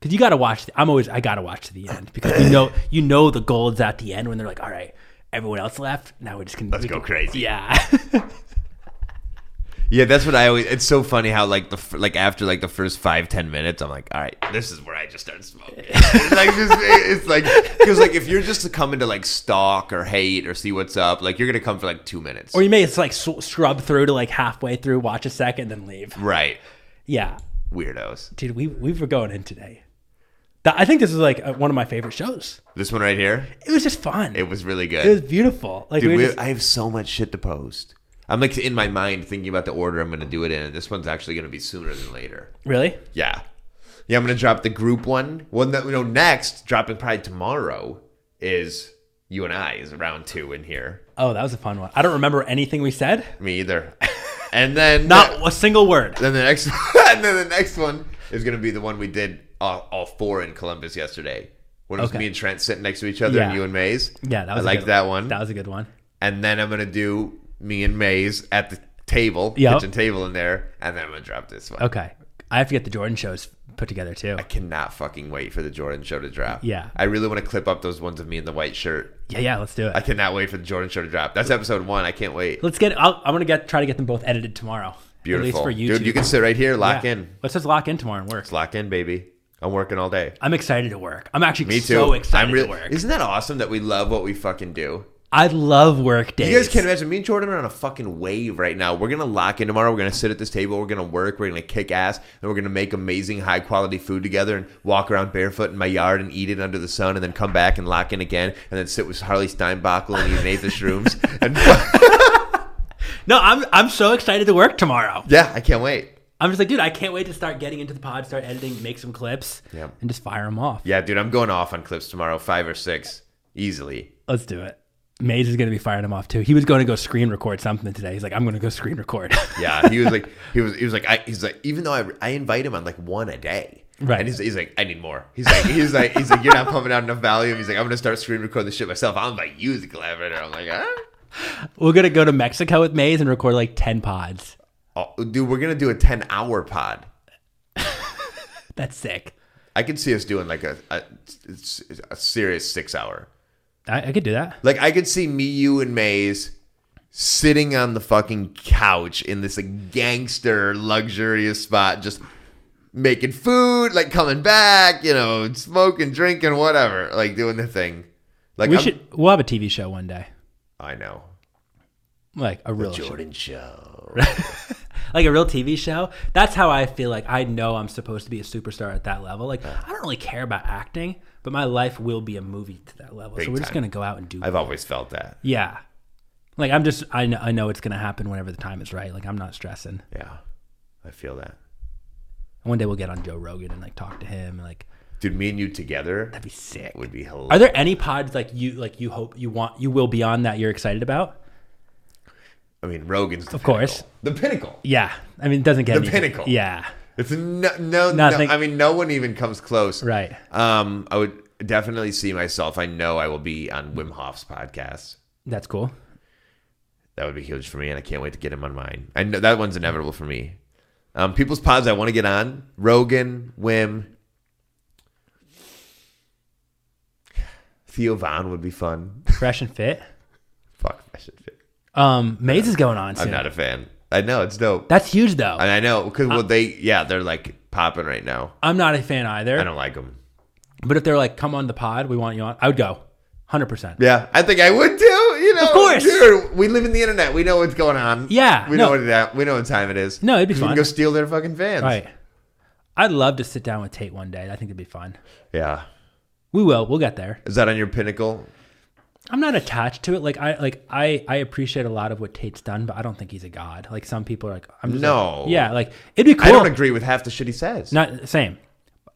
Speaker 2: Because you gotta watch. The, I'm always I gotta watch to the end because you know you know the gold's at the end when they're like, all right, everyone else left. Now we just can
Speaker 1: Let's
Speaker 2: we
Speaker 1: go
Speaker 2: can-"
Speaker 1: crazy.
Speaker 2: Yeah.
Speaker 1: Yeah, that's what I always. It's so funny how like the f- like after like the first five ten minutes, I'm like, all right, this is where I just start smoking. It's like just, it's like because like if you're just to come into like stalk or hate or see what's up, like you're gonna come for like two minutes,
Speaker 2: or you may just like s- scrub through to like halfway through, watch a second, then leave.
Speaker 1: right?
Speaker 2: Yeah.
Speaker 1: Weirdos.
Speaker 2: dude, we we were going in today. That, I think this is like uh one of my favorite shows.
Speaker 1: This one right here,
Speaker 2: It was just fun.
Speaker 1: it was really
Speaker 2: It was
Speaker 1: good.
Speaker 2: beautiful. Like we
Speaker 1: Dude,
Speaker 2: were
Speaker 1: we
Speaker 2: just-
Speaker 1: I have so much shit to post. I'm like in my mind thinking about the order I'm gonna do it in, and this one's actually gonna be sooner than later.
Speaker 2: really,
Speaker 1: Yeah. Yeah, I'm gonna drop the group one. One that we know next, dropping probably tomorrow, is you and I is round two in here.
Speaker 2: oh, that was a fun one. I don't remember anything we said.
Speaker 1: Me either. And then
Speaker 2: Not a single word.
Speaker 1: then the next and then the next one is gonna be the one we did all, all four in Columbus yesterday. When it was
Speaker 2: Okay.
Speaker 1: me and Trent sitting next to each other and
Speaker 2: Yeah.
Speaker 1: you and Maze.
Speaker 2: Yeah, that was
Speaker 1: I
Speaker 2: a
Speaker 1: like
Speaker 2: good
Speaker 1: that one.
Speaker 2: That was a good one.
Speaker 1: and then I'm gonna do me and Maze at the table,
Speaker 2: Yep.
Speaker 1: kitchen table in there, and then I'm gonna drop this one.
Speaker 2: Okay, I have to get the Jordan shows put together too.
Speaker 1: I cannot fucking wait for the Jordan show to drop.
Speaker 2: Yeah.
Speaker 1: I really want to clip up those ones of me in the white shirt.
Speaker 2: Yeah, yeah, let's do
Speaker 1: I
Speaker 2: it.
Speaker 1: cannot wait for the Jordan show to drop. That's episode one. I can't wait.
Speaker 2: Let's get. I'll, I'm gonna get try to get them both edited tomorrow.
Speaker 1: Beautiful.
Speaker 2: At least for YouTube.
Speaker 1: Dude, you can sit right here,
Speaker 2: Yeah.
Speaker 1: lock in.
Speaker 2: Let's just lock in tomorrow and work.
Speaker 1: Let's lock in, baby. I'm working all day.
Speaker 2: I'm excited to work. I'm actually
Speaker 1: Me too.
Speaker 2: so excited
Speaker 1: I'm really,
Speaker 2: to work.
Speaker 1: Isn't that awesome that we love what we fucking do?
Speaker 2: I love work days.
Speaker 1: You guys can't imagine. Me and Jordan are on a fucking wave right now. We're gonna lock in tomorrow. We're gonna sit at this table. We're gonna work. We're gonna kick ass, and we're gonna make amazing, high quality food together, and walk around barefoot in my yard and eat it under the sun, and then come back and lock in again, and then sit with Harley Steinbachel and eat Nathan Shrooms. And
Speaker 2: No, I'm I'm so excited to work tomorrow.
Speaker 1: yeah, I can't wait.
Speaker 2: I'm just like, dude, I can't wait to start getting into the pod, start editing, make some clips,
Speaker 1: Yep.
Speaker 2: and just fire them off.
Speaker 1: Yeah, dude, I'm going off on clips tomorrow, five or six, easily.
Speaker 2: Let's do it. Maze is going to be firing them off too. He was going to go screen record something today. He's like, I'm going to go screen record.
Speaker 1: Yeah, he was like, he was, he was like, I, he's like, even though I, I invite him on like one a day,
Speaker 2: Right.
Speaker 1: And he's, he's like, I need more. He's like, he's like, he's like, you're not pumping out enough value. He's like, I'm gonna start screen recording this shit myself. I'll invite you as a collaborator. I'm like, huh?
Speaker 2: We're going to go to Mexico with Maze and record like 10 pods.
Speaker 1: Oh, dude, we're gonna do a 10 hour pod.
Speaker 2: That's sick.
Speaker 1: I could see us doing like a a, a serious six hour.
Speaker 2: I, I could do that.
Speaker 1: Like I could see me, you, and Maze sitting on the fucking couch in this like gangster luxurious spot, just making food, like coming back, you know, smoking, drinking, whatever, like doing the thing. Like
Speaker 2: we
Speaker 1: I'm-
Speaker 2: should. We'll have a TV show one day,
Speaker 1: I know.
Speaker 2: like a real show.
Speaker 1: Jordan show.
Speaker 2: like a real TV show. That's how I feel like I know I'm supposed to be a superstar at that level. Like I don't really care about acting, but my life will be a movie to that level. so we're just
Speaker 1: time.
Speaker 2: gonna go out and do.
Speaker 1: I've always felt that.
Speaker 2: yeah, like I'm just I know I know it's gonna happen whenever the time is right. Like I'm not stressing.
Speaker 1: Yeah. I feel that.
Speaker 2: One day we'll get on Joe Rogan and like talk to him. And, like
Speaker 1: Dude, me and you together
Speaker 2: that'd be sick.
Speaker 1: would be hilarious.
Speaker 2: Are there any pods like you like you hope you want you will be on that you're excited about?
Speaker 1: I mean, Rogan's the
Speaker 2: Of course.
Speaker 1: pinnacle. The pinnacle.
Speaker 2: Yeah, I mean it doesn't get
Speaker 1: The
Speaker 2: any-
Speaker 1: pinnacle.
Speaker 2: Yeah,
Speaker 1: It's no, no, no.
Speaker 2: Nothing.
Speaker 1: I mean, no one even comes close.
Speaker 2: right.
Speaker 1: Um, I would definitely see myself. I know I will be on Wim Hof's podcast.
Speaker 2: That's cool.
Speaker 1: That would be huge for me, and I can't wait to get him on mine. I know that one's inevitable for me. Um, people's pods I want to get on: Rogan, Wim, Theo Vaughn would be fun.
Speaker 2: Fresh and fit.
Speaker 1: Fuck, I should.
Speaker 2: Um, Maze is going on soon.
Speaker 1: I'm not a fan. I know it's dope,
Speaker 2: That's huge though.
Speaker 1: and I know because well, they yeah, they're like popping right now.
Speaker 2: I'm not a fan
Speaker 1: I
Speaker 2: either.
Speaker 1: don't like them.
Speaker 2: But if they're like, come on the pod, we want you on, I would go 100%.
Speaker 1: Yeah, I think I would too. You know, of
Speaker 2: course.
Speaker 1: dude. We live in the internet. We know what's going on.
Speaker 2: Yeah,
Speaker 1: we
Speaker 2: no.
Speaker 1: know what that. We know what time it is.
Speaker 2: No, it'd be
Speaker 1: we can
Speaker 2: fun.
Speaker 1: go steal their fucking fans.
Speaker 2: Right. I'd love to sit down with Tate one day. I think it'd be fun.
Speaker 1: Yeah.
Speaker 2: We will. We'll get there.
Speaker 1: Is that on your pinnacle?
Speaker 2: I'm not attached to it. Like I like I I appreciate a lot of what Tate's done, but I don't think he's a god. Like some people are like I'm just
Speaker 1: No.
Speaker 2: like- yeah, like it'd be
Speaker 1: I
Speaker 2: cool.
Speaker 1: don't agree with half the shit he says.
Speaker 2: Not same.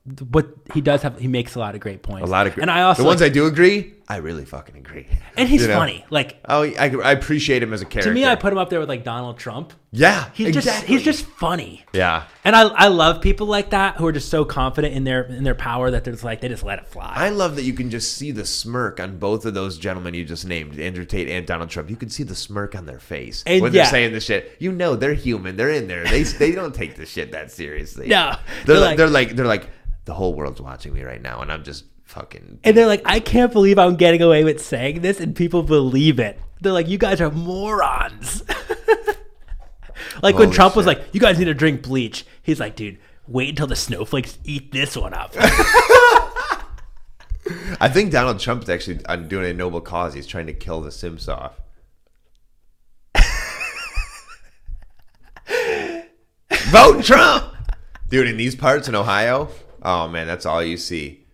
Speaker 2: But he does have he makes a lot of great points.
Speaker 1: a lot of
Speaker 2: And I also
Speaker 1: the ones
Speaker 2: like-
Speaker 1: I do agree, I really fucking agree.
Speaker 2: and he's
Speaker 1: you know?
Speaker 2: funny. Like
Speaker 1: Oh, I, I appreciate him as a character.
Speaker 2: to me I put him up there with like Donald Trump.
Speaker 1: yeah,
Speaker 2: He's just
Speaker 1: exactly.
Speaker 2: he's just funny.
Speaker 1: yeah.
Speaker 2: And I, I love people like that who are just so confident in their in their power that they're just like they just let it fly.
Speaker 1: I love that you can just see the smirk on both of those gentlemen you just named, Andrew Tate and Donald Trump. You can see the smirk on their face
Speaker 2: And
Speaker 1: when
Speaker 2: yeah.
Speaker 1: they're saying this shit. You know they're human. They're in there. They they don't take this shit that seriously.
Speaker 2: No.
Speaker 1: they're,
Speaker 2: They're
Speaker 1: like,
Speaker 2: like-
Speaker 1: they're like they're like the whole world's watching me right now, and I'm just fucking.
Speaker 2: and they're like, I can't believe I'm getting away with saying this, and people believe it. They're like, you guys are morons. like when
Speaker 1: Holy
Speaker 2: Trump was
Speaker 1: shit.
Speaker 2: like, you guys need to drink bleach. He's like, dude, wait until the snowflakes eat this one up.
Speaker 1: I think Donald Trump's actually uh, doing a noble cause. He's trying to kill the Sims off. Vote Trump, dude. In these parts in Ohio, oh man, that's all you see.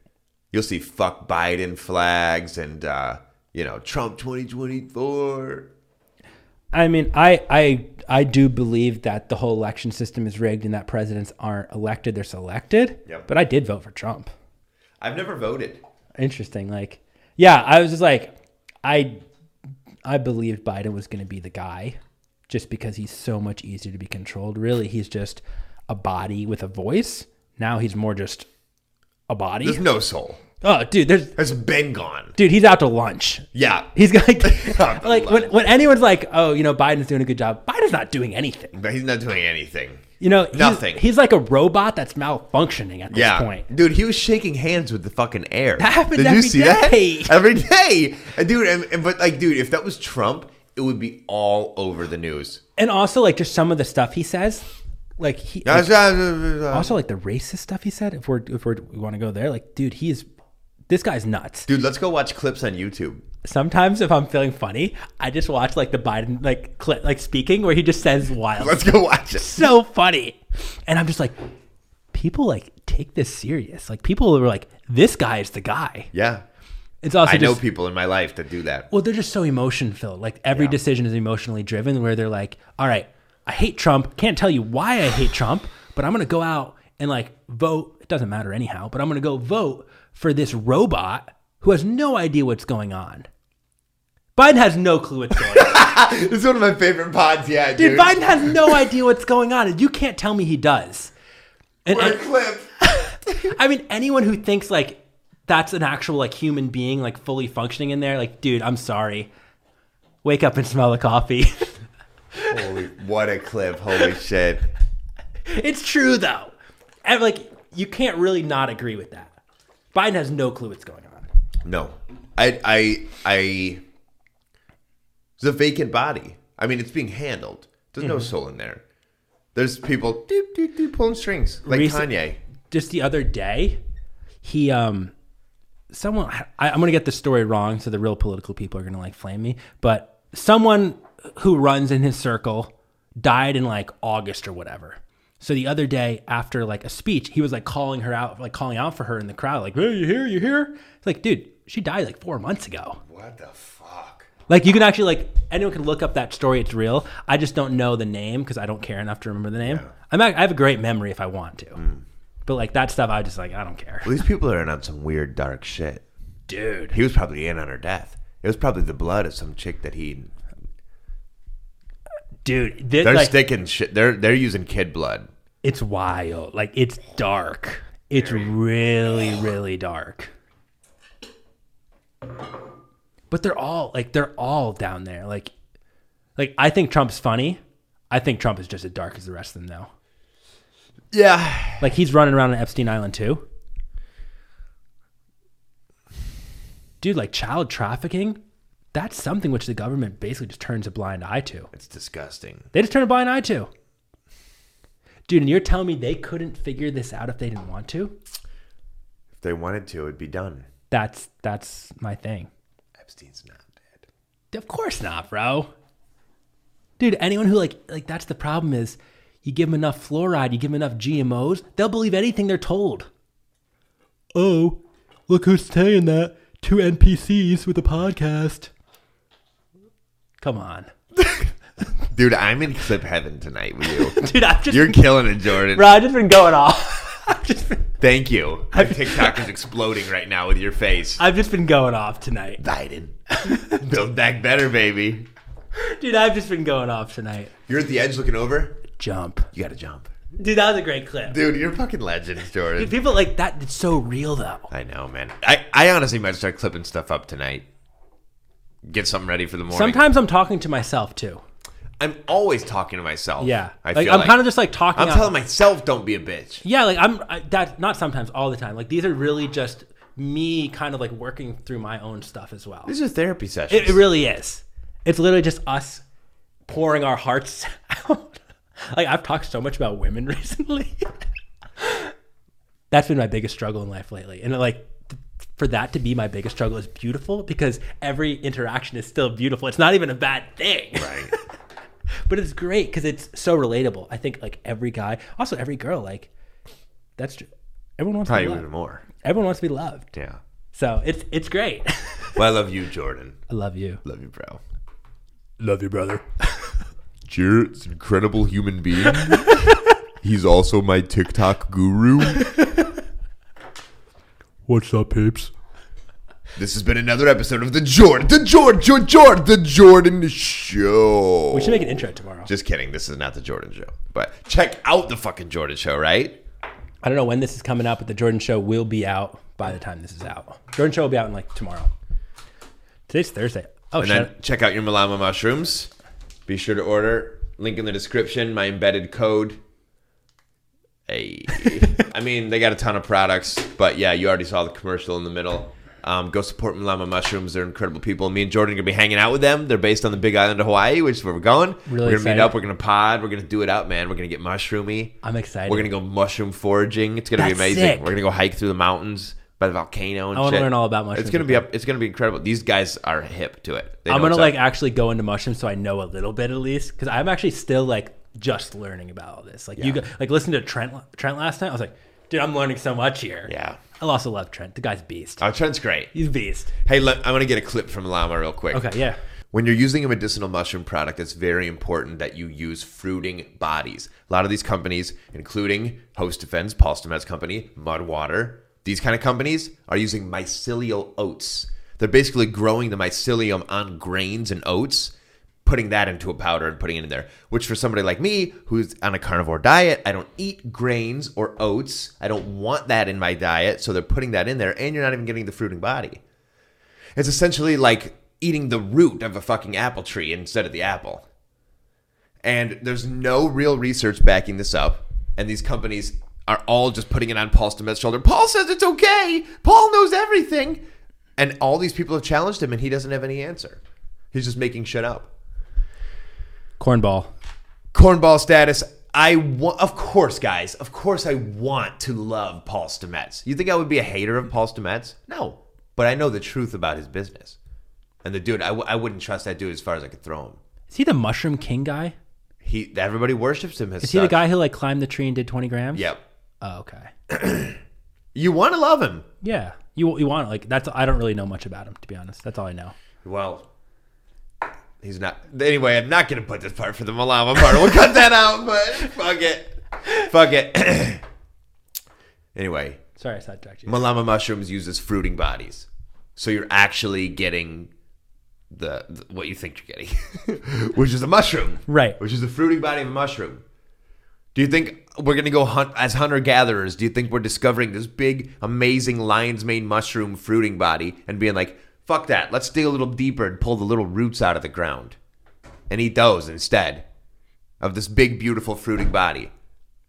Speaker 1: You'll see fuck Biden flags and uh, you know Trump twenty twenty four.
Speaker 2: I mean, I I I do believe that the whole election system is rigged and that presidents aren't elected; they're selected.
Speaker 1: Yep.
Speaker 2: But I did vote for Trump.
Speaker 1: I've never voted.
Speaker 2: interesting like yeah i was just like i i believed biden was going to be the guy just because he's so much easier to be controlled really he's just a body with a voice now he's more just a body
Speaker 1: There's no soul.
Speaker 2: oh dude there's
Speaker 1: It's been gone.
Speaker 2: dude he's out to lunch
Speaker 1: Yeah,
Speaker 2: he's got like,
Speaker 1: Out to
Speaker 2: like when, when anyone's like oh you know biden's doing a good job biden's not doing anything
Speaker 1: but he's not doing anything.
Speaker 2: you know he's-
Speaker 1: Nothing.
Speaker 2: he's like a robot that's malfunctioning at this
Speaker 1: Yeah,
Speaker 2: point
Speaker 1: dude, he was shaking hands with the fucking air. That
Speaker 2: happens
Speaker 1: Did
Speaker 2: every
Speaker 1: you see
Speaker 2: day.
Speaker 1: that every day, And dude? And, and but like, dude, if that was Trump, it would be all over the news.
Speaker 2: and also like just some of the stuff he says like he
Speaker 1: Dude,
Speaker 2: also like the racist stuff he said if we're if we're, we want to go there like dude he's this guy's nuts
Speaker 1: let's go watch clips on YouTube.
Speaker 2: sometimes if i'm feeling funny i just watch like the biden like clip like speaking where he just says wild
Speaker 1: Let's go watch it.
Speaker 2: so funny and i'm just like people like take this serious like people were like this guy is the guy
Speaker 1: Yeah,
Speaker 2: it's also
Speaker 1: I know
Speaker 2: just
Speaker 1: people in my life that do that.
Speaker 2: well they're just so emotion filled like every decision is emotionally driven where they're like all right i hate trump can't tell you why i hate trump but i'm gonna go out and like vote it doesn't matter anyhow but i'm gonna go vote for this robot who has no idea what's going on biden has no clue what's going on
Speaker 1: It's one of my favorite pods. Yeah, dude.
Speaker 2: dude biden has no idea what's going on and you can't tell me he does and,
Speaker 1: What a
Speaker 2: and-
Speaker 1: clip.
Speaker 2: I mean, anyone who thinks like that's an actual like human being, like fully functioning in there, like, dude, I'm sorry. Wake up and smell the coffee.
Speaker 1: Holy, what a clip. Holy shit.
Speaker 2: it's true though. And like, you can't really not agree with that. Biden has no clue what's going on.
Speaker 1: No, I, I, I.
Speaker 2: Mm-hmm.
Speaker 1: It's a vacant body. I mean, it's being handled. There's no soul in there. There's people doop, doop, doop, pulling strings like
Speaker 2: Recent-
Speaker 1: Kanye.
Speaker 2: just the other day, he um, someone I, I'm gonna get the story wrong, so the real political people are gonna like flame me. But someone who runs in his circle died in like August or whatever. So the other day, after like a speech, he was like calling her out, like calling out for her in the crowd, like, "Hey, you here? You here?" It's like, dude, she died like four months ago.
Speaker 1: What the fuck?
Speaker 2: Like you can actually like anyone can look up that story. It's real. I just don't know the name because I don't care enough to remember the name. I'm act- I have a great memory if I want to, but like that stuff, I just like I don't care,
Speaker 1: Well, these people are in on some weird dark shit.
Speaker 2: dude.
Speaker 1: He was probably in on her death. It was probably the blood of some chick that he.
Speaker 2: Dude, thi-
Speaker 1: They're
Speaker 2: like,
Speaker 1: sticking shit. They're they're using kid blood.
Speaker 2: it's wild. Like it's dark. It's really really dark. But they're all like they're all down there. Like, like I think Trump's funny. I think Trump is just as dark as the rest of them though.
Speaker 1: Yeah.
Speaker 2: Like he's running around on Epstein Island too. Dude, like child trafficking, that's something which the government basically just turns a blind eye to.
Speaker 1: It's disgusting.
Speaker 2: They just turn a blind eye to. Dude, and you're telling me they couldn't figure this out if they didn't want to?
Speaker 1: If they wanted to, it'd be done.
Speaker 2: That's that's my thing.
Speaker 1: Epstein's not dead.
Speaker 2: Of course not, bro. Dude, anyone who like like that's the problem is you give them enough fluoride, you give them enough GMOs, they'll believe anything they're told. Oh, look who's saying that. Two NPCs with a podcast. Come on.
Speaker 1: Dude, I'm in clip heaven tonight with you.
Speaker 2: Dude, I've just
Speaker 1: You're killing it, Jordan.
Speaker 2: bro, I've just been going off. I've just been,
Speaker 1: Thank you. My TikTok is exploding right now with your face.
Speaker 2: I've just been going off tonight.
Speaker 1: Biden. Build back better, baby.
Speaker 2: Dude, I've just been going off tonight.
Speaker 1: You're at the edge looking over.
Speaker 2: Jump.
Speaker 1: You gotta jump.
Speaker 2: Dude, that was a great clip.
Speaker 1: Dude, you're fucking legends, Jordan.
Speaker 2: People like that it's so real though.
Speaker 1: I know, man. I, I honestly might start clipping stuff up tonight. Get something ready for the morning.
Speaker 2: Sometimes I'm talking to myself too.
Speaker 1: I'm always talking to myself.
Speaker 2: Yeah,
Speaker 1: I
Speaker 2: like
Speaker 1: feel
Speaker 2: I'm
Speaker 1: like
Speaker 2: kind of just like talking.
Speaker 1: I'm
Speaker 2: out-
Speaker 1: telling myself don't be a bitch.
Speaker 2: yeah, like I'm I, that not sometimes, all the time. Like these are really just me, kind of like working through my own stuff as well.
Speaker 1: These are therapy sessions.
Speaker 2: It, it really is. It's literally just us pouring our hearts out. like I've talked so much about women recently. That's been my biggest struggle in life lately, and like. th- For that to be my biggest struggle is beautiful because every interaction is still beautiful. It's not even a bad thing.
Speaker 1: right.
Speaker 2: but it's great because it's so relatable. I think like every guy, also every girl, like that's tr- everyone wants
Speaker 1: Probably
Speaker 2: to be
Speaker 1: even
Speaker 2: loved.
Speaker 1: more.
Speaker 2: Everyone wants to be loved.
Speaker 1: Yeah.
Speaker 2: So it's it's great.
Speaker 1: Well, I love you, Jordan.
Speaker 2: I love you.
Speaker 1: Love you, bro.
Speaker 2: Love you, brother.
Speaker 3: Jarrett's an incredible human being. He's also my TikTok guru.
Speaker 2: What's up, peeps?
Speaker 1: This has been another episode of the Jordan.
Speaker 3: The Jordan, Jordan, Jordan, the Jordan Show.
Speaker 2: We should make an intro tomorrow.
Speaker 1: Just kidding. This is not the Jordan show. But check out the fucking Jordan show, right?
Speaker 2: I don't know when this is coming out, but the Jordan Show will be out by the time this is out. Jordan Show will be out in like tomorrow. Today's Thursday. Oh,
Speaker 1: And
Speaker 2: shut
Speaker 1: then check out your Malama mushrooms. Be sure to order. Link in the description. My embedded code. Hey. I mean, they got a ton of products, but yeah, you already saw the commercial in the middle. Um, go support Malama Mushrooms. They're incredible people. Me and Jordan are gonna be hanging out with them. They're based on the Big Island of Hawaii, which is where we're going. we're gonna
Speaker 2: excited.
Speaker 1: meet up. We're gonna pod. We're gonna do it out, man. We're gonna get mushroomy.
Speaker 2: I'm excited.
Speaker 1: We're gonna go mushroom foraging. It's gonna be
Speaker 2: That's
Speaker 1: amazing.
Speaker 2: sick.
Speaker 1: We're gonna go hike through the mountains by the volcano. And
Speaker 2: I wanna
Speaker 1: shit.
Speaker 2: learn all about mushrooms
Speaker 1: It's gonna be up. It's gonna be incredible. These guys are hip to it. They
Speaker 2: I'm
Speaker 1: know
Speaker 2: gonna
Speaker 1: what's up.
Speaker 2: like actually go into mushrooms so I know a little bit at least because I'm actually still like just learning about all this. Like you go, like listen to Trent Trent last night. I was like, dude, I'm learning so much here.
Speaker 1: Yeah.
Speaker 2: I also love Trent. The guy's beast.
Speaker 1: Oh, Trent's great.
Speaker 2: He's beast.
Speaker 1: Hey, let, I'm gonna get a clip from Llama real quick.
Speaker 2: Okay, yeah.
Speaker 1: When you're using a medicinal mushroom product, it's very important that you use fruiting bodies. A lot of these companies, including Host Defense, Paul Stamets Company, Mud Water, these kind of companies are using mycelial oats. They're basically growing the mycelium on grains and oats, putting that into a powder and putting it in there. Which for somebody like me, who's on a carnivore diet, I don't eat grains or oats. I don't want that in my diet, so they're putting that in there, and you're not even getting the fruiting body. It's essentially like eating the root of a fucking apple tree instead of the apple. And there's no real research backing this up. And these companies are all just putting it on Paul Stamets' shoulder. Paul says it's okay. Paul knows everything. And all these people have challenged him, and he doesn't have any answer. He's just making shit up.
Speaker 2: Cornball.
Speaker 1: Cornball status I want, of course, guys, of course, I want to love Paul Stamets. You think I would be a hater of Paul Stamets? No, but I know the truth about his business. And the dude, I w- I wouldn't trust that dude as far as I could throw him.
Speaker 2: Is he the Mushroom King guy?
Speaker 1: He, everybody worships him. As
Speaker 2: Is he the
Speaker 1: such.
Speaker 2: guy who like climbed the tree and did 20 grams?
Speaker 1: Yep.
Speaker 2: Oh, okay.
Speaker 1: You want to love him.
Speaker 2: Yeah. You you want like that's I don't really know much about him to be honest. That's all I know.
Speaker 1: Well, he's not. Anyway, I'm not going to put this part for the Malama part. We'll cut that out, but fuck it. Fuck it. anyway,
Speaker 2: Sorry, I sidetracked you.
Speaker 1: Malama mushrooms uses fruiting bodies. So you're actually getting the, the- what you think you're getting, which is a mushroom.
Speaker 2: Right.
Speaker 1: Which is the fruiting body of a mushroom. Do you think we're going to go hunt as hunter gatherers? Do you think we're discovering this big, amazing lion's mane mushroom fruiting body and being like, fuck that, let's dig a little deeper and pull the little roots out of the ground and eat those instead of this big, beautiful fruiting body?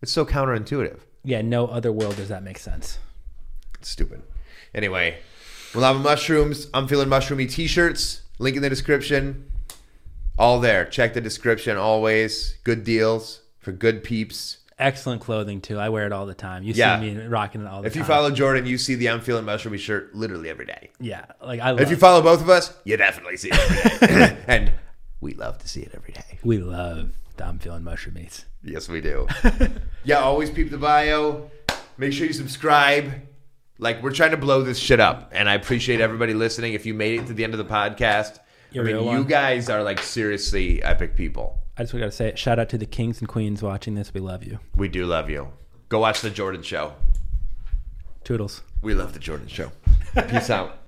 Speaker 1: It's so counterintuitive.
Speaker 2: Yeah, no other world does that make sense.
Speaker 1: Stupid. Anyway, we'll have mushrooms. I'm feeling mushroomy t-shirts. Link in the description. All there. Check the description always. Good deals for good peeps.
Speaker 2: Excellent clothing too. I wear it all the time. You
Speaker 1: Yeah.
Speaker 2: see me rocking it all the
Speaker 1: If
Speaker 2: time.
Speaker 1: you follow Jordan, you see the I'm feeling mushroomy shirt literally every day.
Speaker 2: Yeah. Like I love
Speaker 1: If you follow both of us, you definitely see it every day. and we love to see it every day.
Speaker 2: we love the I'm feeling mushroom meats.
Speaker 1: Yes, we do. yeah, always peep the bio. Make sure you subscribe. Like we're trying to blow this shit up, and I appreciate everybody listening. If you made it to the end of the podcast,
Speaker 2: You're
Speaker 1: I
Speaker 2: a real
Speaker 1: mean,
Speaker 2: one.
Speaker 1: you guys are like seriously epic people.
Speaker 2: I just gotta say shout out to the kings and queens watching this. We love you.
Speaker 1: We do love you. Go watch the Jordan Show.
Speaker 2: Toodles.
Speaker 1: We love the Jordan Show. Peace out.